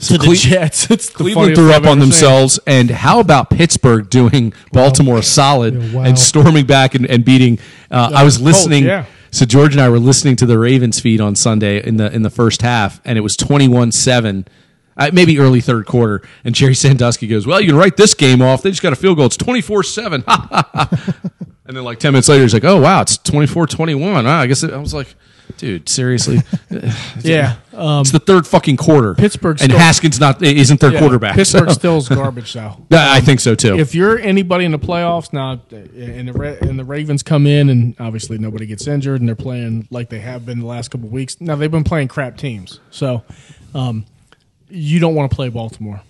So the Cle- Jets. It's the Cleveland funniest threw I've up on ever seen. themselves, and how about Pittsburgh doing Baltimore a solid Yeah, wow. and storming back and, and beating? Uh, I was listening. yeah. So George and I were listening to the Ravens feed on Sunday in the in the first half, and it was twenty one seven. Uh, maybe early third quarter, and Jerry Sandusky goes, "Well, you can write this game off. They just got a field goal. It's twenty four seven. And then like ten minutes later, he's like, "Oh wow, it's 24-21. Ah, I guess it, I was like, dude, seriously, Yeah, um, it's the third fucking quarter. Pittsburgh's and still- Haskins not isn't their yeah, quarterback. so- Pittsburgh still is garbage though. yeah, I think so too. if you're anybody in the playoffs now, and the Ra- and the Ravens come in, and obviously nobody gets injured, and they're playing like they have been the last couple of weeks. Now they've been playing crap teams, so um, you don't want to play Baltimore.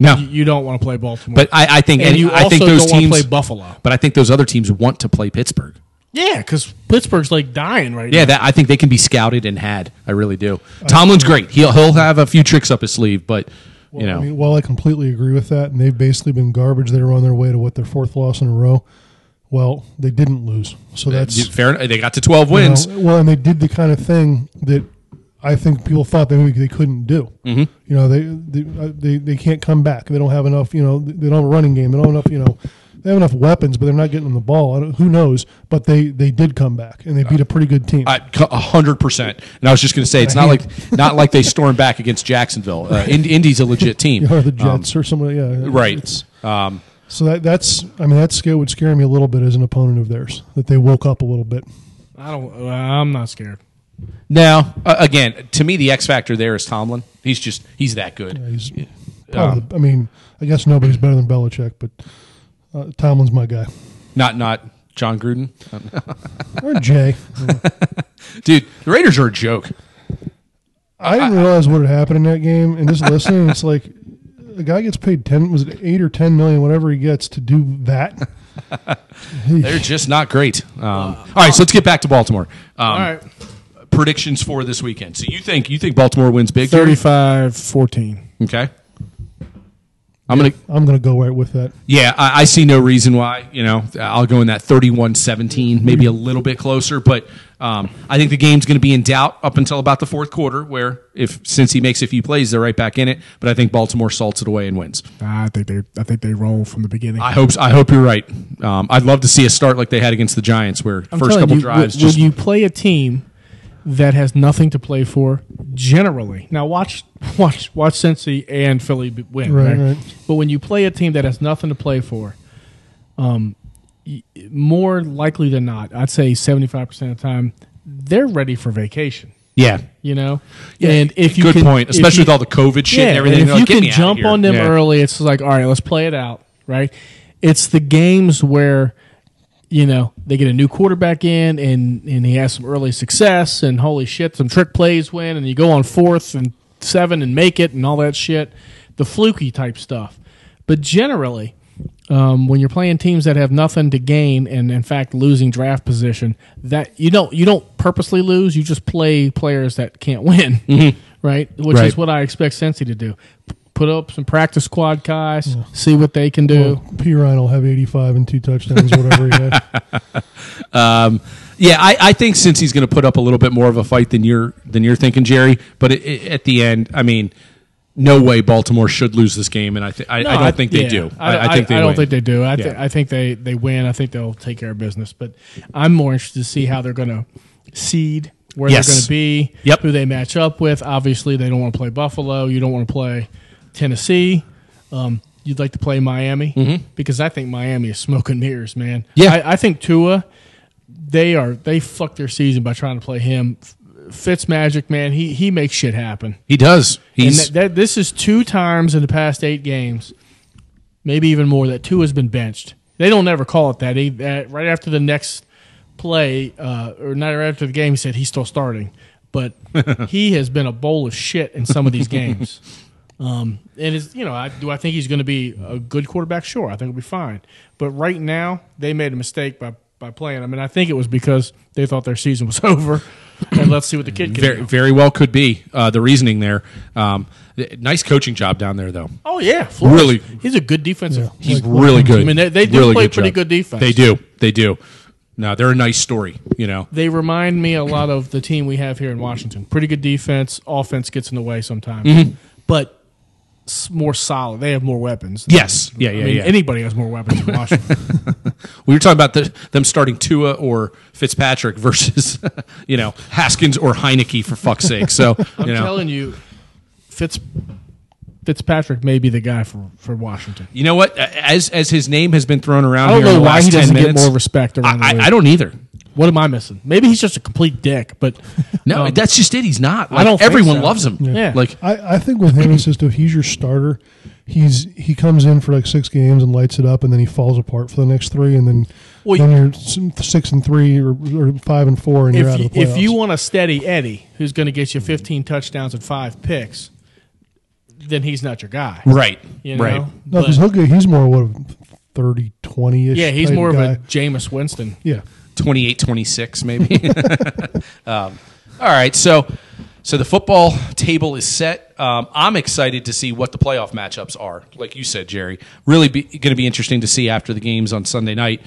You, no, you don't want to play Baltimore, but I, I think and, and you also I think those don't teams. want to play Buffalo. but I think those other teams want to play Pittsburgh. Yeah, because Pittsburgh's like dying right Yeah, now. that I think they can be scouted and had. I really do. Tomlin's great. He'll he'll have a few tricks up his sleeve, but you know, I mean, while I completely agree with that, and they've basically been garbage. They were on their way to what their fourth loss in a row. Well, they didn't lose, so that's fair. They got to twelve you know, wins. well, and they did the kind of thing that I think people thought they they couldn't do. Mm-hmm. You know, they they, uh, they they can't come back. They don't have enough. You know, they don't have a running game. They don't have enough. You know, they have enough weapons, but they're not getting them the ball. I don't, who knows? But they they did come back and they beat a pretty good team. Uh, I- a hundred percent. And I was just going to say, it's not like not like they stormed back against Jacksonville. Uh, Ind- Indy's a legit team, or the Jets or somebody. Yeah, Um, right? It's- Um, so that that's I mean that scare would scare me a little bit as an opponent of theirs that they woke up a little bit. I don't. uh, I'm not scared. now, uh, again, to me, the X factor there is Tomlin. He's just he's that good. Um, He's probably the- I mean I guess nobody's better than Belichick, but Uh, Tomlin's my guy. Not not John Gruden, Uh, Or Jay. dude. The Raiders are a joke. I didn't realize what had happened in that game, and just listening, it's like a guy gets paid ten was it eight or ten million, whatever he gets to do that. They're just not great. Um, all right, so let's get back to Baltimore. Um, All right. predictions for this weekend. So you think you think Baltimore wins big? Jerry? 35 14. Okay. I'm gonna. I'm going to go right with that. Yeah, I, I see no reason why. You know, I'll go in that 31-17, maybe a little bit closer, but um, I think the game's going to be in doubt up until about the fourth quarter, where if since he makes a few plays, they're right back in it. But I think Baltimore salts it away and wins. I think they I think they roll from the beginning. I hope. I hope you're right. Um, I'd love to see a start like they had against the Giants, where I'm first telling couple you, drives when, just when you play a team that has nothing to play for generally. Now watch watch watch Cincy and Philly b- win, Right, right, right. But when you play a team that has nothing to play for, um y- more likely than not, I'd say 75% of the time they're ready for vacation, yeah. you know? and if you Good can, point, if especially you- with all the COVID shit and everything. If They're you like, "Get can me outta jump here." on them Yeah. early, it's like, all right, let's play it out, right? It's the games where, you know, they get a new quarterback in and, and he has some early success and holy shit, some trick plays win and you go on fourth and seven and make it and all that shit. The fluky type stuff. But generally, um, when you're playing teams that have nothing to gain and in fact losing draft position that you don't you don't purposely lose you just play players that can't win right which Right. is what i expect sensi to do P- put up some practice squad guys see what they can do P Ryan will have 85 and two touchdowns, whatever he had. Yeah, I, I think since he's going to put up a little bit more of a fight than you're than you're thinking, Jerry. But it, it- at the end, I mean, no way Baltimore should lose this game, and I th- I, I No, don't think they yeah. do. I, I, I think they. I don't win. think they do. I, thi- Yeah. I think they, they win. I think they'll take care of business. But I'm more interested to see how they're going to seed, where Yes. they're going to be, Yep. who they match up with. Obviously, they don't want to play Buffalo. You don't want to play Tennessee. Um, you'd like to play Miami because I think Miami is smoke and mirrors, man. Mm-hmm. Yeah. I, I think Tua. They are they fucked their season by trying to play him. Fitz Magic, man, he he makes shit happen. He does. And He's that, that, this is two times in the past eight games, maybe even more, that two has been benched. They don't ever call it that. He, that right after the next play, uh, or not right after the game, he said he's still starting. But he has been a bowl of shit in some of these games. Um, and it's, you know, I, do I think he's going to be a good quarterback? Sure, I think he'll be fine. But right now, they made a mistake by, by playing him, and I think it was because they thought their season was over. and let's see what the kid can very do. very well could be uh, the reasoning there. Um, th- nice coaching job down there though. Oh yeah, Flores. Really- He's a good defensive. He's really good. I mean, they- they do Really play pretty job. good defense. They do. They do. No, they're a nice story. You know. They remind me a lot of the team we have here in Washington. Pretty good defense. Offense gets in the way sometimes, Mm-hmm. but s- more solid. They have more weapons. Yes. Yeah. I Yeah. mean, yeah. anybody has more weapons in Washington. We were talking about the, them starting Tua or Fitzpatrick versus, you know, Haskins or Heineke for fuck's sake. So you I'm know, telling you, Fitz Fitzpatrick may be the guy for for Washington. you know what? As as his name has been thrown around, I don't here in know the why last he 10 doesn't get minutes, more respect around I, the I, league. I don't either. What am I missing? Maybe he's just a complete dick, but No, um, that's just it. He's not. Like, I don't think Everyone so. loves him. Yeah. Like I, I think with him, it's just if he's your starter, he's he comes in for like six games and lights it up, and then he falls apart for the next three, and then Well, then you're s- six and three or, or five and four, and you're out if of you, the playoffs. if you want a steady Eddie who's going to get you 15 touchdowns and five picks, then he's not your guy. right, You know? right. no, But, because he'll get, he's more what a 30, 20 ish. yeah, he's type more guy. of a Jameis Winston. yeah. 28 26 maybe um, all right so so the football table is set um, i'm excited to see what the playoff matchups are like you said jerry really going to be interesting to see after the games on sunday night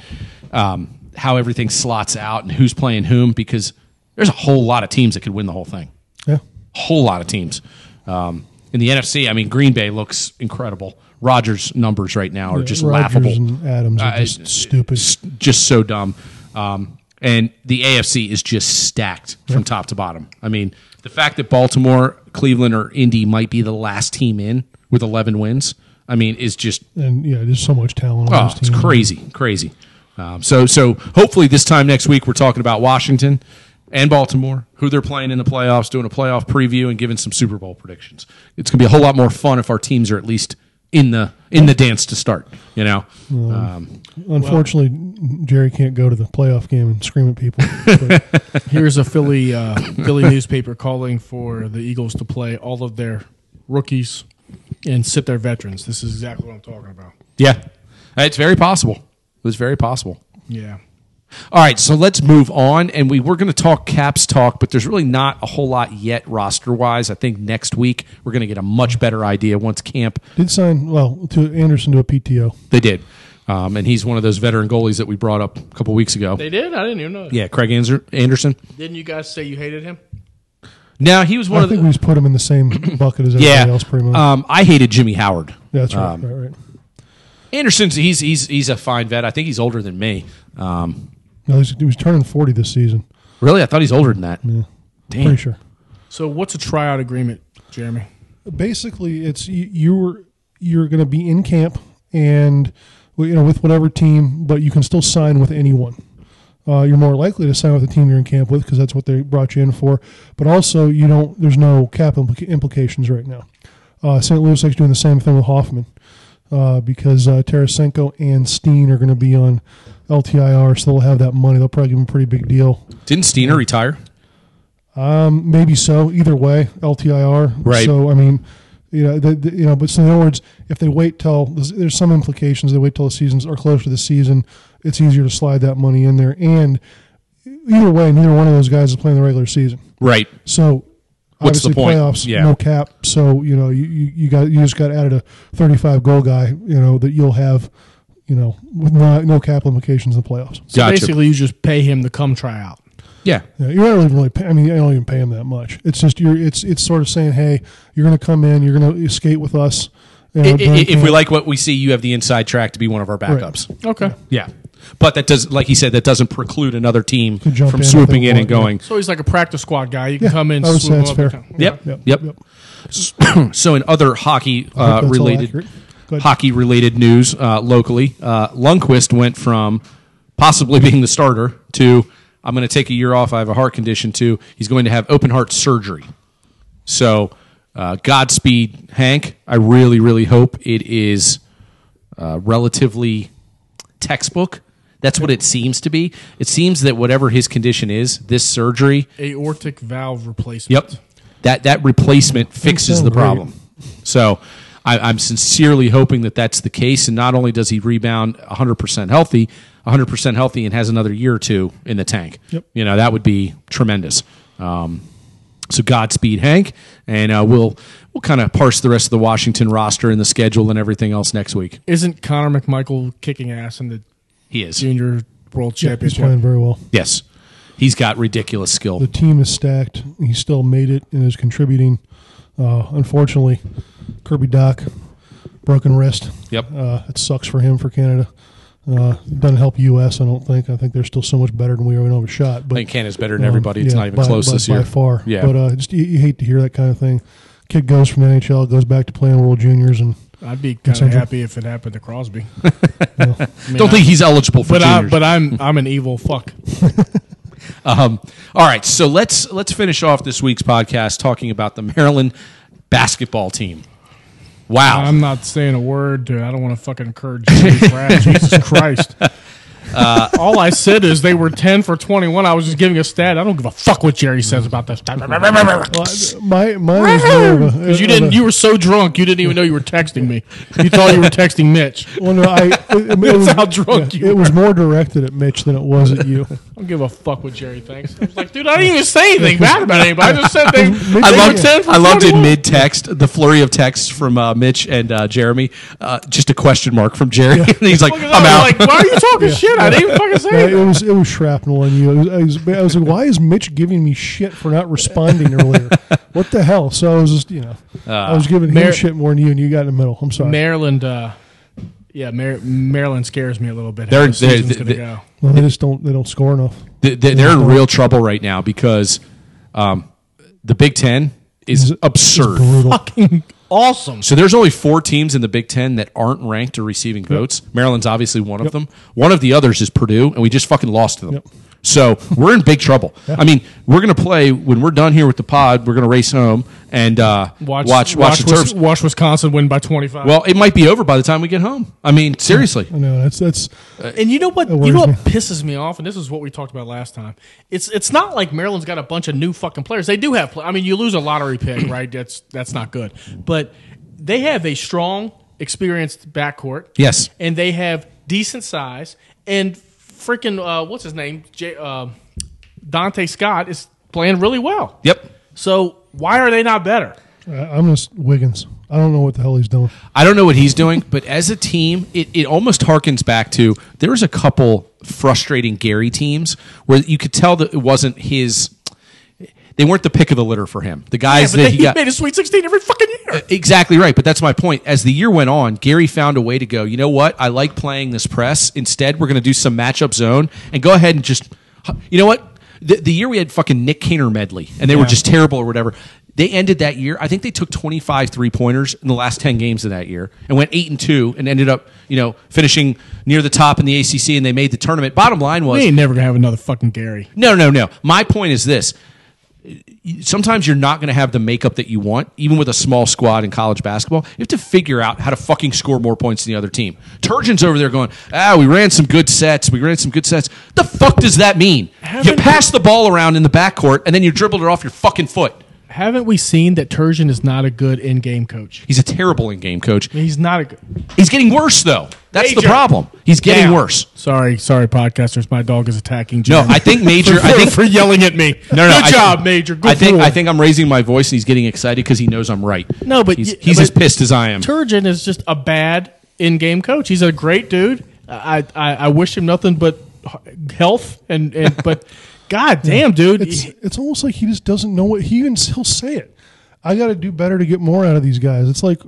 um, how everything slots out and who's playing whom because there's a whole lot of teams that could win the whole thing Yeah. whole lot of teams. Um, in the NFC, I mean, Green Bay looks incredible. Rogers' numbers right now are just Rodgers laughable. and Adams are just stupid. s- just so dumb. Um, and the AFC is just stacked from top to bottom. I mean, the fact that Baltimore, Cleveland, or Indy might be the last team in with 11 wins, I mean, is just And yeah, there's so much talent on Oh, this it's team. crazy, crazy. Um, so, so hopefully this time next week we're talking about Washington and Baltimore, who they're playing in the playoffs, doing a playoff preview, and giving some Super Bowl predictions. It's going to be a whole lot more fun if our teams are at least in the in the dance to start. You know, um, Unfortunately, Jerry can't go to the playoff game and scream at people. But Here's a Philly uh, Philly newspaper calling for the Eagles to play all of their rookies and sit their veterans. This is exactly what I'm talking about. yeah, it's very possible. It was very possible. Yeah. All right, so let's move on, and we were going to talk Caps talk, but there's really not a whole lot yet roster wise. I think next week we're going to get a much better idea once camp did sign well to Anderson to a PTO. They did. Um, and he's one of those veteran goalies that we brought up a couple weeks ago. They did? I didn't even know. yeah, Craig Anzer- Anderson. Didn't you guys say you hated him? Now he was one I of the think we just put him in the same bucket as everybody yeah. else, pretty much. Um, I hated Jimmy Howard. That's right, right, right. Anderson's he's he's he's a fine vet. I think he's older than me. Um, No, he's, he was turning forty this season. really, I thought he's older than that. Damn. Pretty sure. So what's a tryout agreement, Jeremy? basically it's you, you're you're going to be in camp and well, you know with whatever team but you can still sign with anyone uh, you're more likely to sign with the team you're in camp with because that's what they brought you in for but also you don't there's no cap implica- implications right now uh, st louis is doing the same thing with hoffman uh, because uh, Tarasenko and Steen are going to be on LTIR, so they'll have that money. They'll probably give them a pretty big deal. Didn't Steiner retire? Maybe so. Either way, LTIR. Right. So I mean, you know, the, the- you know, but so in other words, if they wait till there's, there's some implications, they wait till the seasons are close to the season. It's easier to slide that money in there, and either way, neither one of those guys is playing the regular season. Right. So. What's the obviously point? Playoffs, Yeah. no cap. So you know, you, you, you got you just got added a thirty-five goal guy. You know that you'll have, you know, with no, no cap implications in the playoffs. So Gotcha. basically you just pay him to come try out. Yeah. Yeah, you're not really really. Pay, I mean, I don't even pay him that much. It's just you're. It's it's sort of saying, hey, you're going to come in, you're going to skate with us. You know, I- I- during if we camp. like what we see, you have the inside track to be one of our backups. Okay. Yeah. But that does, like he said, that doesn't preclude another team Could jump from in if swooping they in and want, yeah. going, So he's like a practice squad guy. You can Yeah, come in, I would swoop say him that's up. and fair. come- Yep. Yep. Yep, yep. so in other hockey I uh, think that's all related accurate. Go ahead. hockey related news uh, locally, uh, Lundqvist went from possibly being the starter to I'm going to take a year off. I have a heart condition. To he's going to have open heart surgery. So uh, Godspeed, Hank. I really, really hope it is uh, relatively textbook. That's what it seems to be. It seems that whatever his condition is, this surgery Aortic valve replacement. Yep. That that replacement fixes so the great. problem. So I, I'm sincerely hoping that that's the case. And not only does he rebound 100% healthy, 100% healthy and has another year or two in the tank. Yep. You know, that would be tremendous. Um, so Godspeed, Hank. And uh, we'll, we'll kind of parse the rest of the Washington roster and the schedule and everything else next week. Isn't Connor McMichael kicking ass in the He is. junior world He's championship? playing very well. Yes. He's got ridiculous skill. The team is stacked. He still made it and is contributing. Uh, unfortunately, Kirby Doc broken wrist. Yep. Uh, it sucks for him for Canada. Uh, it doesn't help U.S. I don't think. I think they're still so much better than we are. We don't have a shot. I But think Canada's better than everybody. It's uh, Um, Yeah, not even by- close by- this year. by far. Yeah. but uh, just you, you hate to hear that kind of thing. Kid goes from the NHL, goes back to playing World Juniors, and I'd be kind of Andrew. happy if it happened to Crosby. Don't think he's eligible for But I, uh, juniors. but I'm I'm an evil fuck. Um, all right, so let's let's finish off this week's podcast talking about the Maryland basketball team. Wow, I'm not saying a word, dude. I don't want to fucking encourage Jimmy Pratt. Jesus Christ. Uh, All I said is they were 10 for 21. I was just giving a stat. I don't give a fuck what Jerry says about this. Well, I- my mine was Mm-hmm. more of a- Because you of didn't. a- You were so drunk, you didn't even know you were texting me. You thought you were texting Mitch. well, no, I, it, it was, how drunk you It was more directed at Mitch than it was at you. I don't give a fuck what Jerry thinks. I was like, dude, I didn't even say anything bad about anybody. I just said they. Mitch- I they loved were 10 for I loved in 21. mid text the flurry of texts from uh, Mitch and uh, Jeremy. Uh, just a question mark from Jerry, and he's like, Look at "I'm that. out." Like, why are you talking shit? I didn't even fucking say Uh, anything. it was it was shrapnel on you. It was, I, was, I was like, why is Mitch giving me shit for not responding earlier? What the hell? So I was just you know, I Uh, was giving Mar- him shit more than you, and you got in the middle. I'm sorry. Maryland, uh, yeah, Mar- Maryland scares me a little bit. They're- How the they're- season's gonna they- go. well, they just don't they don't score enough. They- they- They're in real trouble right now because um, the Big Ten is absurd. Brutal. Fucking awesome. So there's only four teams in the Big Ten that aren't ranked or receiving votes. Maryland's obviously one of them. One of the others is Purdue, and we just fucking lost to them. So we're in big trouble. I mean, we're going to play when we're done here with the pod. We're going to race home and uh, watch, watch, watch, the Wis- Terps. watch Wisconsin win by 25. Well, it might be over by the time we get home. I mean, seriously. I know that's that's and you know what? That You know what worries pisses me off, and this is what we talked about last time. It's it's not like Maryland's got a bunch of new fucking players. They do have. pla- I mean, you lose a lottery pick, right? That's that's not good. But they have a strong, experienced backcourt. Yes. and they have decent size and freaking uh, what's his name? J, uh, Dante Scott is playing really well. Yep. So why are they not better? I- I'm just Wiggins. I don't know what the hell he's doing. I don't know what he's doing, but as a team, it, it almost harkens back to there was a couple frustrating Gary teams where you could tell that it wasn't his. They weren't the pick of the litter for him. The guys but that they, he he got Uh, made a Sweet 16 every fucking year. Exactly right, but that's my point. As the year went on, Gary found a way to go. You know what? I like playing this press. Instead, we're going to do some matchup zone and go ahead and just. You know what? The, the year we had fucking Nick Kaner medley and they were just terrible or whatever. They ended that year. I think they took 25 three pointers in the last 10 games of that year and went 8 and 2 and ended up, you know, finishing near the top in the ACC and they made the tournament. Bottom line was We ain't never gonna have another fucking Gary. no, no, no. My point is this. Sometimes you're not going to have the makeup that you want, even with a small squad in college basketball. You have to figure out how to fucking score more points than the other team. Turgeon's over there going, ah, we ran some good sets. We ran some good sets. The fuck does that mean? you Haven't- pass the ball around in the backcourt and then you dribbled it off your fucking foot. Haven't we seen that Turgeon is not a good in-game coach? He's a terrible in game coach. He's not a good. He's getting worse, though. That's the Major. problem. He's getting Now. worse. Sorry, sorry, podcasters. My dog is attacking. No, Jeremy. I think Major. I think for yelling at me. No, no, good I- job, Major. Good I think for I him. think I'm raising my voice, and he's getting excited because he knows I'm right. No, but he's, y- he's but- as pissed as I am. Turgeon is just a bad in-game coach. He's a great dude. I I, I wish him nothing but h- health and, and but God damn, dude. It's it's almost like he just doesn't know what he even he'll say it. I got to do better to get more out of these guys. It's like,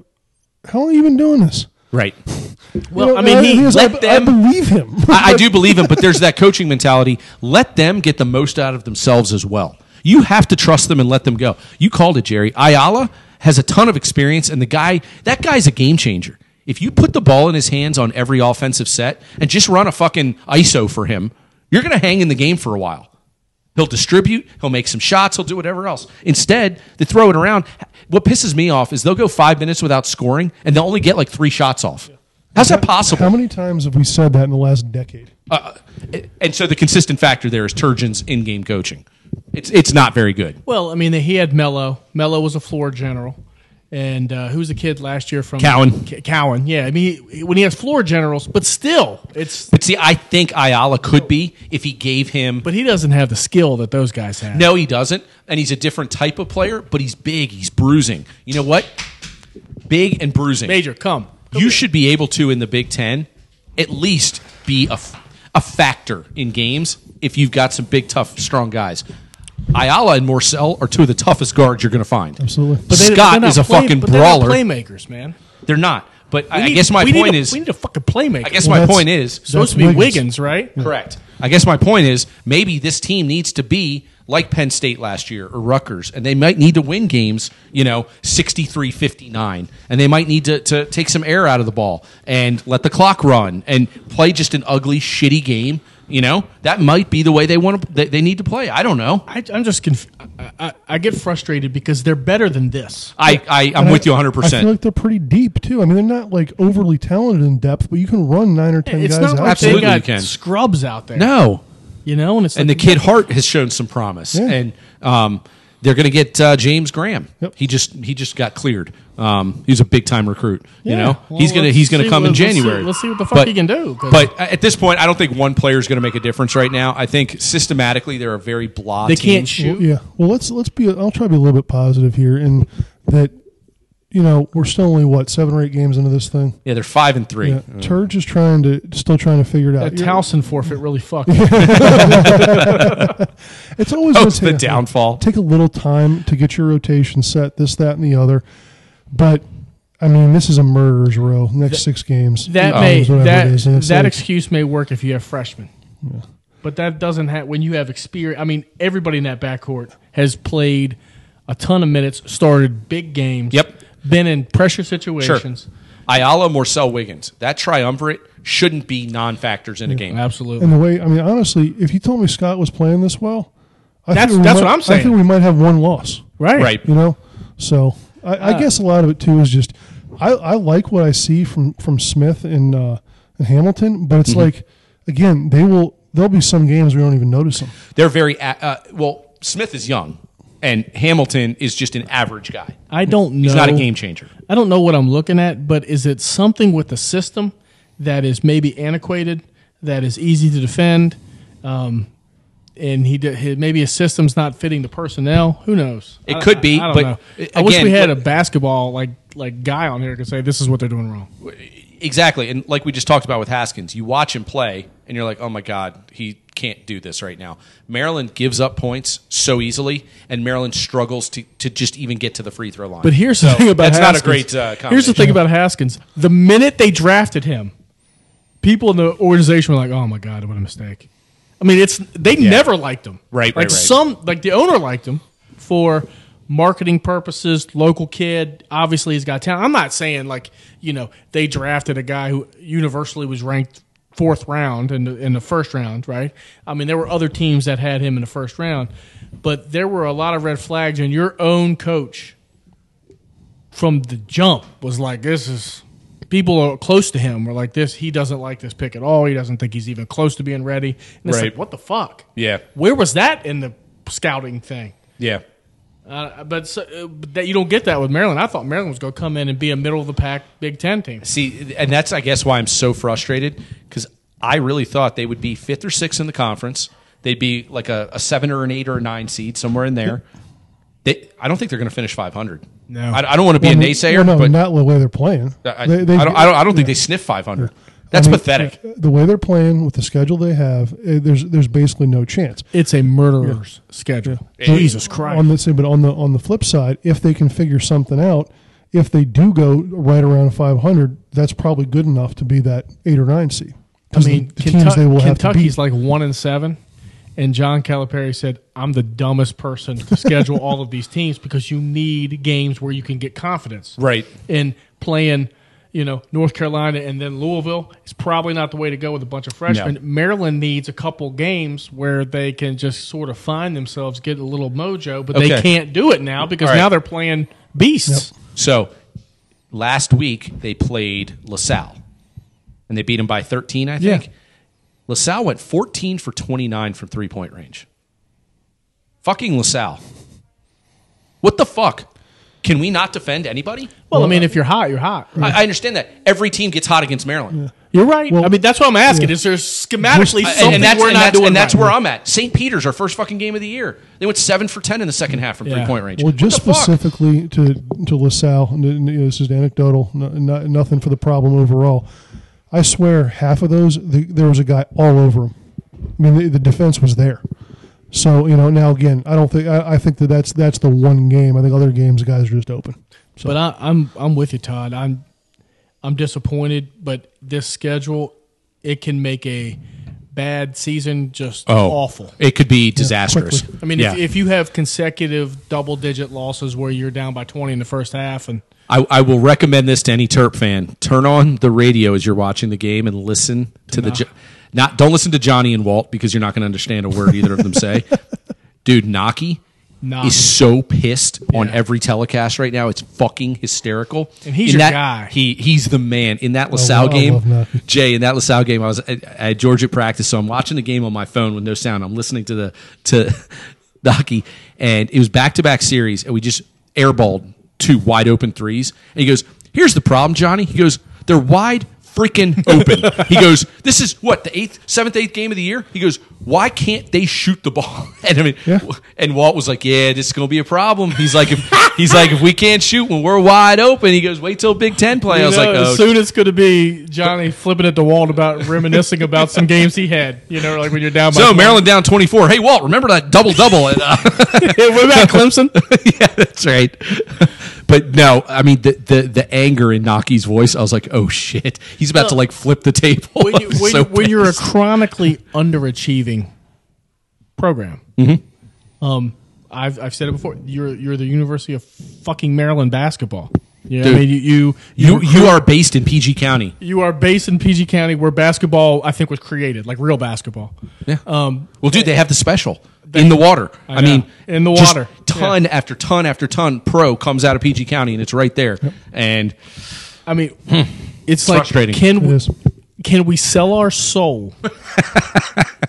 how long have you been doing this? Right. well, You know, I mean, and he. is, I, let I them- believe him. I, I do believe him, but there's that coaching mentality. Let them get the most out of themselves as well. You have to trust them and let them go. You called it, Jerry. Ayala has a ton of experience, and the guy, that guy's a game changer. If you put the ball in his hands on every offensive set and just run a fucking ISO for him, you're going to hang in the game for a while. He'll distribute, he'll make some shots, he'll do whatever else. Instead, they throw it around. What pisses me off is they'll go five minutes without scoring, and they'll only get like three shots off. How's that possible? How many times have we said that in the last decade? Uh, and so the consistent factor there is Turgeon's in-game coaching. It's it's not very good. Well, I mean, he had Mello. Mello was a floor general, and uh, who's the kid last year from Cowan. C- Cowan, yeah. I mean, he- when he has floor generals, but still, it's But see, I think Ayala could be if he gave him. but he doesn't have the skill that those guys have. no, he doesn't, and he's a different type of player. But he's big. He's bruising. You know what? Big and bruising. Major, come. you should be able to in the Big Ten, at least be a, f- a factor in games if you've got some big, tough, strong guys. Ayala and Morcel are two of the toughest guards you're going to find. Absolutely. But they- they're Scott not is a play- fucking but they're not brawler. Playmakers, man. They're not. But I, We I need- guess my we need point a- is we need a fucking playmaker. I guess Well, my that's- point is that's supposed to be Wiggins. Wiggins, right? correct. I guess my point is maybe this team needs to be like Penn State last year or Rutgers, and they might need to win games, you know, 63 59. And they might need to, to take some air out of the ball and let the clock run and play just an ugly, shitty game. You know, that might be the way they want to, they, they need to play. I don't know. I, I'm just conf- I, I, I get frustrated because they're better than this. I, I, I'm And with I- you 100%. I feel like they're pretty deep too. I mean, they're not like overly talented in depth, but you can run nine or ten It's guys not out. like Absolutely they you got can. scrubs out there. no. you know, and it's and the like, kid Hart has shown some promise, Yeah. and um, they're going to get uh, James Graham. Yep. He just he just got cleared. Um, he's a big time recruit. you Yeah. know, Well, he's gonna let's he's gonna see- come in let's- let's see- January. let's see what the fuck he can do, 'cause- But at this point, I don't think one player is going to make a difference right now. I think systematically they're a very blah. they team. can't shoot. Yeah. Well, let's let's be. I'll try to be a little bit positive here, in that you know we're still only what seven or eight games into this thing. Yeah, they're five and three. Yeah. Turge is trying to still trying to figure it out. That Towson forfeit really fucked. It's That always Oh, going was to the take, downfall. take a little time to get your rotation set, this, that, and the other. But I mean, this is a murderer's row. Next six games, That Eight may games, whatever that it is, and it's that like- excuse may work if you have freshmen, but that doesn't have when you have experience. I mean, everybody in that backcourt has played a ton of minutes, started big games. Yep. been in pressure situations. Ayala, Morcel, Wiggins. That triumvirate shouldn't be non-factors in a game. Absolutely. And the way, I mean, honestly, if you told me Scott was playing this well, I That's- think we that's might- what I'm I saying. think we might have one loss. right. Right. you know so i, Ah. I guess a lot of it too is just i, I like what i see from from smith and uh and hamilton but it's Mm-hmm. like again they will there'll be some games we don't even notice them They're very a- uh, well. Smith is young, and Hamilton is just an average guy. I don't know. He's not a game changer. I don't know what I'm looking at, but is it something with the system that is maybe antiquated, that is easy to defend, um, and he, did, he maybe his system's not fitting the personnel? Who knows? It I- could be, I, I don't but, know. uh, I wish again, we had a look- basketball like like guy on here who could say this is what they're doing wrong. Exactly, and like we just talked about with Haskins, you watch him play, and you're like, oh my god, he can't do this right now. Maryland gives up points so easily, and Maryland struggles to, to just even get to the free throw line. But here's the So, thing about that's Haskins. not a great. Uh, here's the thing combination. about Haskins. The minute they drafted him, people in the organization were like, "Oh my god, what a mistake." I mean, it's they never liked him. Right, Like right, right. some, like the owner liked him for marketing purposes. Local kid, obviously he's got talent. I'm not saying like you know they drafted a guy who universally was ranked fourth round in the, in the first round, right? I mean, there were other teams that had him in the first round, but there were a lot of red flags. And your own coach from the jump was like, this is people are close to him were like this. He doesn't like this pick at all. He doesn't think he's even close to being ready. And it's Right. like, what the fuck? Yeah. Where was that in the scouting thing? yeah. Uh, but so, uh, but that you don't get that with Maryland. I thought Maryland was going to come in and be a middle of the pack Big Ten team. See, and that's I guess why I'm so frustrated because I really thought they would be fifth or sixth in the conference. They'd be like a, a seven or an eight or a nine seed somewhere in there. They, I don't think they're going to finish 500. No. I, I don't want to be Well, a naysayer, well, no, but not the way they're playing I, I don't, I don't, I don't think they sniff 500. That's I mean, pathetic. the way they're playing with the schedule they have eh, there's there's basically no chance It's a murderer's schedule. Jesus Christ. on this but on the on the flip side if they can figure something out if they do go right around 500 that's probably good enough to be that 8 or 9 seed I 'Cause mean, the, the Kentucky, teams they will have to beat Kentucky's like one and seven, and John Calipari said, "I'm the dumbest person to schedule all of these teams because you need games where you can get confidence." Right. And playing, you know, North Carolina and then Louisville is probably not the way to go with a bunch of freshmen. No. Maryland needs a couple games where they can just sort of find themselves, get a little mojo, but they Okay. can't do it now because All right. now they're playing beasts. So last week they played LaSalle and they beat them by 13, I think. Yeah. LaSalle went 14 for 29 from three point range. Fucking LaSalle. What the fuck? Can we not defend anybody? Well, I mean, if you're hot, you're hot. I, I understand that. Every team gets hot against Maryland. You're right. Well, I mean, that's what I'm asking. yeah. Is there schematically I- and- something and that's, we're and not that's, doing? and that's right? where I'm at. St. Peter's, our first fucking game of the year. They went 7 for 10 in the second half from Yeah. three point range. Well, What just the fuck? specifically to to LaSalle, and, and, you know, this is anecdotal, no, no, nothing for the problem overall. I swear, half of those the, there was a guy all over him. I mean, the, the defense was there. So you know, now again, I don't think I, I think that that's that's the one game. I think other games, guys are just open. But I, I'm I'm with you, Todd. I'm I'm disappointed, but this schedule it can make a bad season just awful. It could be disastrous. quickly. Oh. I mean, Oh. Yeah. if, if you have consecutive double digit losses where you're down by 20 in the first half, and I, I will recommend this to any Terp fan. Turn on the radio as you're watching the game and listen to the the. Not don't listen to Johnny and Walt because you're not going to understand a word either of them say. Dude, Naki Naki. is so pissed on Yeah. every telecast right now. It's fucking hysterical. And he's In your that- guy. He he's the man in that LaSalle I love game. Naki. Jay, in that LaSalle game, I was at, at Georgia practice, so I'm watching the game on my phone with no sound. I'm listening to the to the hockey, and it was back to back series, and we just airballed two wide open threes. And he goes, "Here's the problem, Johnny." He goes, "They're wide." Freaking open. He goes, This is what, the eighth, seventh, eighth game of the year? He goes, Why can't they shoot the ball? And I mean, Yeah. and Walt was like, Yeah, this is gonna be a problem. He's like, if he's like, if we can't shoot when we're wide open, he goes, Wait till Big Ten play. I was You know, like, as Oh, soon it's going to be Johnny flipping at the wall about reminiscing about some games he had. You know, like when you're down by So 20. Maryland down twenty four. Hey Walt, remember that double double? what about Clemson? yeah, that's right. But no, I mean the the, the anger in Naki's voice. I was like, oh shit, he's about to like flip the table. when, you, I'm when, so you- when you're a pissed. chronically underachieving program, Mm-hmm. um, I've, I've said it before. You're you're the University of fucking Maryland basketball. Yeah, Dude. I mean, you you You recruit- you are based in PG County. you are based in PG County, where basketball I think was created, like real basketball. Yeah. Um, well, dude, they have the special in the water. I, know. mean, In the just water. ton after ton after ton. Pro comes out of PG County, and it's right there. And I mean, it's like Hmm. frustrating. can It we, is. can we sell our soul?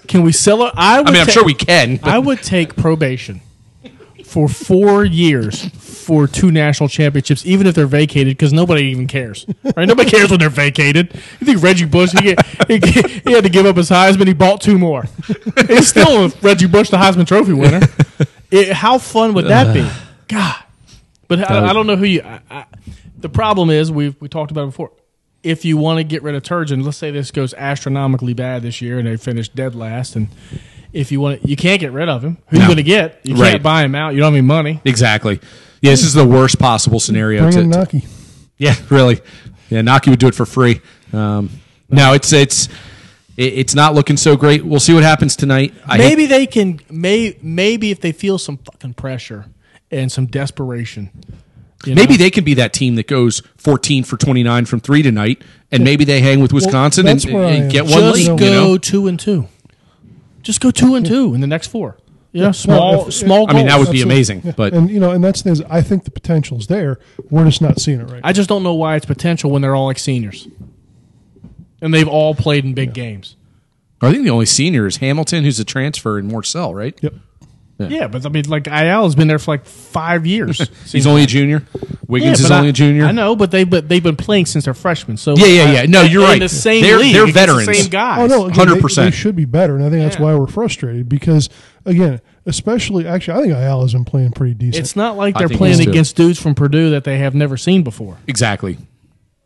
can we sell our? I, would I mean, I'm ta- sure we can. But I would take probation for four years for two national championships, even if they're vacated, because nobody even cares. Right? Nobody cares when they're vacated. You think Reggie Bush? He, he, he had to give up his Heisman. He bought two more. It's still Reggie Bush, the Heisman Trophy winner. It- how fun would that be? God. But I, I don't know who you. I, I, the problem is we've we talked about it before. If you want to get rid of Turgeon, let's say this goes astronomically bad this year and they finish dead last, and if you want, you can't get rid of him. Who No. you going to get? You Right. can't buy him out. You don't have any money. exactly. Yeah, this is the worst possible scenario. Bring to- in to- Naki. Yeah, really. Yeah, Naki would do it for free. Um, no, it's it's it- it's not looking so great. We'll see what happens tonight. I hope- Maybe they can. May maybe if they feel some fucking pressure and some desperation. you maybe know? they could be that team that goes 14 for 29 from three tonight, and maybe they hang with Wisconsin and, that's where I and am. get one just lead. go You know, two and two. Just go two and two in the next four. Yeah, small if- small. I mean, that goals. would be amazing. But and you know, and that's the thing is, I think the potential's there. We're just not seeing it right. I just don't know why it's potential when they're all like seniors, and they've all played in big games. I think the only senior is Hamilton, who's a transfer, and Morcell, right? yep. Yeah, but I mean, like IL has been there for like five years. He's only a junior. Wiggins Yeah, is but only I- a junior. I know, but they but they've been playing since they're freshmen. So Yeah, yeah, yeah. No, you're in right. The same They're- league, they're it's the veterans. same guys. Oh no, again, they- 100%. They should be better, and I think that's Yeah. why we're frustrated because again, especially actually, I think IL has been playing pretty decent. It's not like I they're think playing he's too. against dudes from Purdue that they have never seen before. Exactly.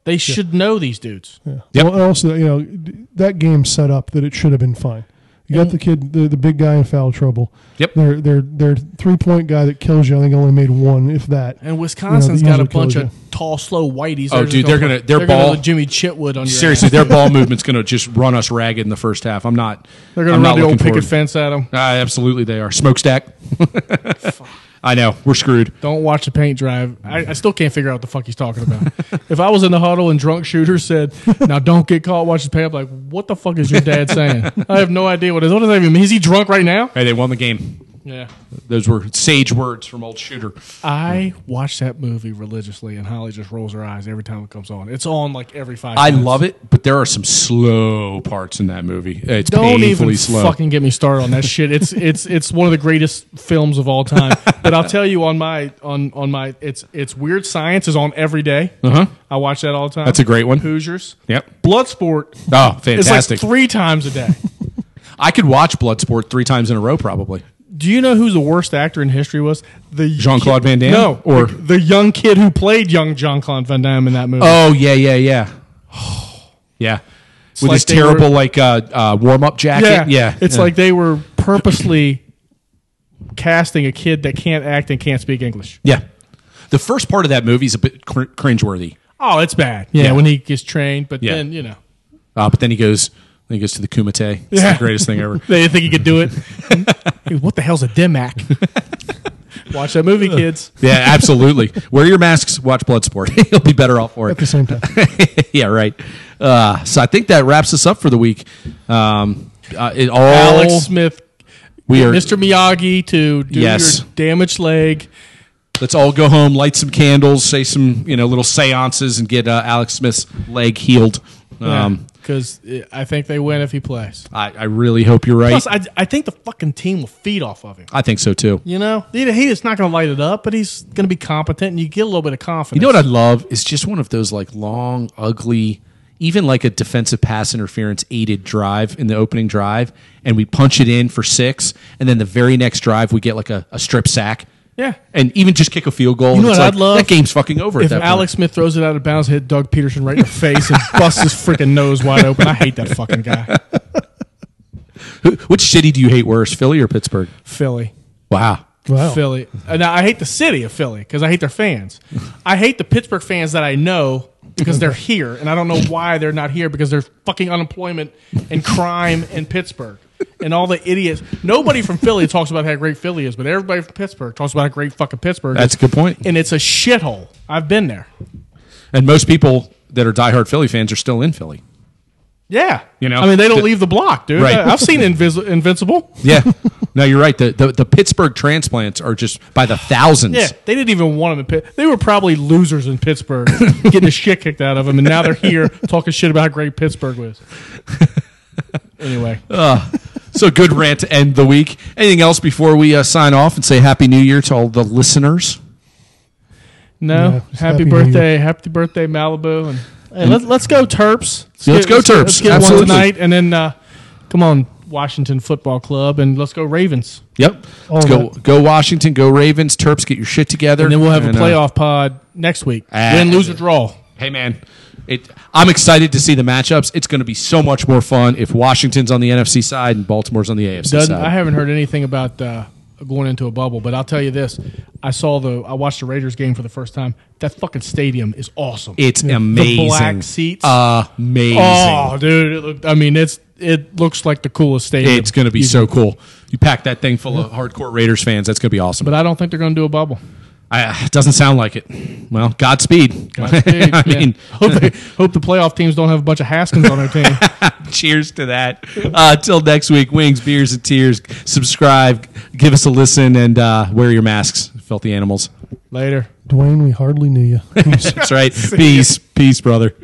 They should know these dudes. Yep. Well, and also, you know, d- that game set up that it should have been fine. You got the kid, the, the big guy in foul trouble. Yep. Their their their three point guy that kills you. I think only made one, if that. And Wisconsin's got a usually bunch kills of tall, slow whiteys. Oh, just dude, they're gonna- play- their gonna ball- let Jimmy Chitwood on your Seriously, ass. their ball movement's going to just run us ragged in the first half. I'm not. They're gonna I'm not run the old looking picket forward- fence at them. Ah, absolutely, they are smokestack. I know we're screwed. Don't watch the paint drive. I, I still can't figure out what the fuck he's talking about. if I was in the huddle and drunk shooter said, "Now don't get caught watching the paint," I'm like, "What the fuck is your dad saying?" I have no idea what it is. What does that even mean? Is he drunk right now? Hey, they won the game. Yeah. Those were sage words from old Shooter. I watch that movie religiously, and Holly just rolls her eyes every time it comes on. It's on like every five. I minutes. love it, but there are some slow parts in that movie. It's Don't painfully even slow. fucking get me started on that shit. It's it's it's one of the greatest films of all time. But I'll tell you on my on on my it's it's weird science is on every day. Uh-huh. I watch that all the time. That's a great one. Hoosiers. Yep. Bloodsport Oh, is like fantastic! three times a day. I could watch Bloodsport three times in a row, probably. Do you know who the worst actor in history was? The Jean-Claude kid- Van Damme? No, Or- or the, the young kid who played young Jean Claude Van Damme in that movie. Oh yeah, yeah, yeah, yeah. With like his they terrible were- like uh, uh, warm up yeah, jacket. Yeah, It's Yeah. like they were purposely casting a kid that can't act and can't speak English. yeah. The first part of that movie is a bit cr- cringeworthy, Oh, it's bad. Yeah, Yeah. when he gets trained, but Yeah. then you know uh, but then he goes, then he goes to the Kumite. It's Yeah. the greatest thing ever. they didn't think he could do it. Hey, what the hell's a Dimac? Watch that movie, kids. Yeah, absolutely. Wear your masks. Watch Bloodsport. You'll be better off for At the it. same time, yeah, right. Uh, so I think that wraps us up for the week. Um, uh, it all Alex Smith, we are. Mr. Miyagi to do Yes. your damaged leg. Let's all go home, light some candles, say some you know little seances, and get uh, Alex Smith's leg healed. Um, because I think they win if he plays. I, I really hope you're right. Plus, I, I think the fucking team will feed off of him. I think so too. You know, he, he is not going to light it up, but he's going to be competent, and you get a little bit of confidence. You know what I love is just one of those like long, ugly, even like a defensive pass interference aided drive in the opening drive, and we punch it in for six, and then the very next drive we get like a, a strip sack. Yeah. and even just kick a field goal. You know and it's what like, I'd love? That game's fucking over. if at that Alex Smith throws it out of bounds, hit Doug Peterson right in the face and busts his freaking nose wide open. I hate that fucking guy, point. Who- which city do you hate worse, Philly or Pittsburgh? Philly. Wow. wow. Philly. Uh, Now I hate the city of Philly because I hate their fans. I hate the Pittsburgh fans that I know because they're here, and I don't know why they're not here because there's fucking unemployment and crime in Pittsburgh. and all the idiots. Nobody from Philly talks about how great Philly is, but everybody from Pittsburgh talks about how great fucking Pittsburgh That's is. a good point. And it's a shithole. I've been there. And most people that are diehard Philly fans are still in Philly. Yeah. You know, I mean, they don't the- leave the block, dude. Right. I, have seen Invis- Invincible. Yeah. no, you're right. The, the the Pittsburgh transplants are just by the thousands. Yeah, they didn't even want them in Pitt. They were probably losers in Pittsburgh, getting the shit kicked out of them, and now they're here talking shit about how great Pittsburgh was. Anyway, So good rant to end the week. Anything else before we uh, sign off and say Happy New Year to all the listeners? no, Yeah, happy, just happy New birthday, happy birthday, Malibu, and hey, let, let's go Terps. Let's, Let's go Terps. Let's get Absolutely. one tonight, and then uh, come on Washington Football Club, and let's go Ravens, Yep. Let's All go of go Washington, go Ravens, Terps, get your shit together. and then we'll have a uh, playoff pod next week. Ah. Win, lose, or draw. hey man, it I'm excited to see the matchups. It's going to be so much more fun if Washington's on the NFC side and Baltimore's on the AFC Doesn't, side. I haven't heard anything about uh, going into a bubble, but I'll tell you this: I saw the, I watched the Raiders game for the first time. That fucking stadium is awesome. it's amazing. black seats. Amazing. oh, dude! It looked, I mean, it's it looks like the coolest stadium. It's going to be You- so cool. You pack that thing full of hardcore Raiders fans. That's going to be awesome. But I don't think they're going to do a bubble. I, it doesn't sound like it. Well, Godspeed. Godspeed, I yeah. mean, hope they, hope the playoff teams don't have a bunch of Haskins on their team. cheers to that. Uh, till next week, wings, beers, and tears. Subscribe, give us a listen, and uh, wear your masks, filthy animals. Later. Dwayne, we hardly knew you. Peace. That's right. Peace. Peace, brother.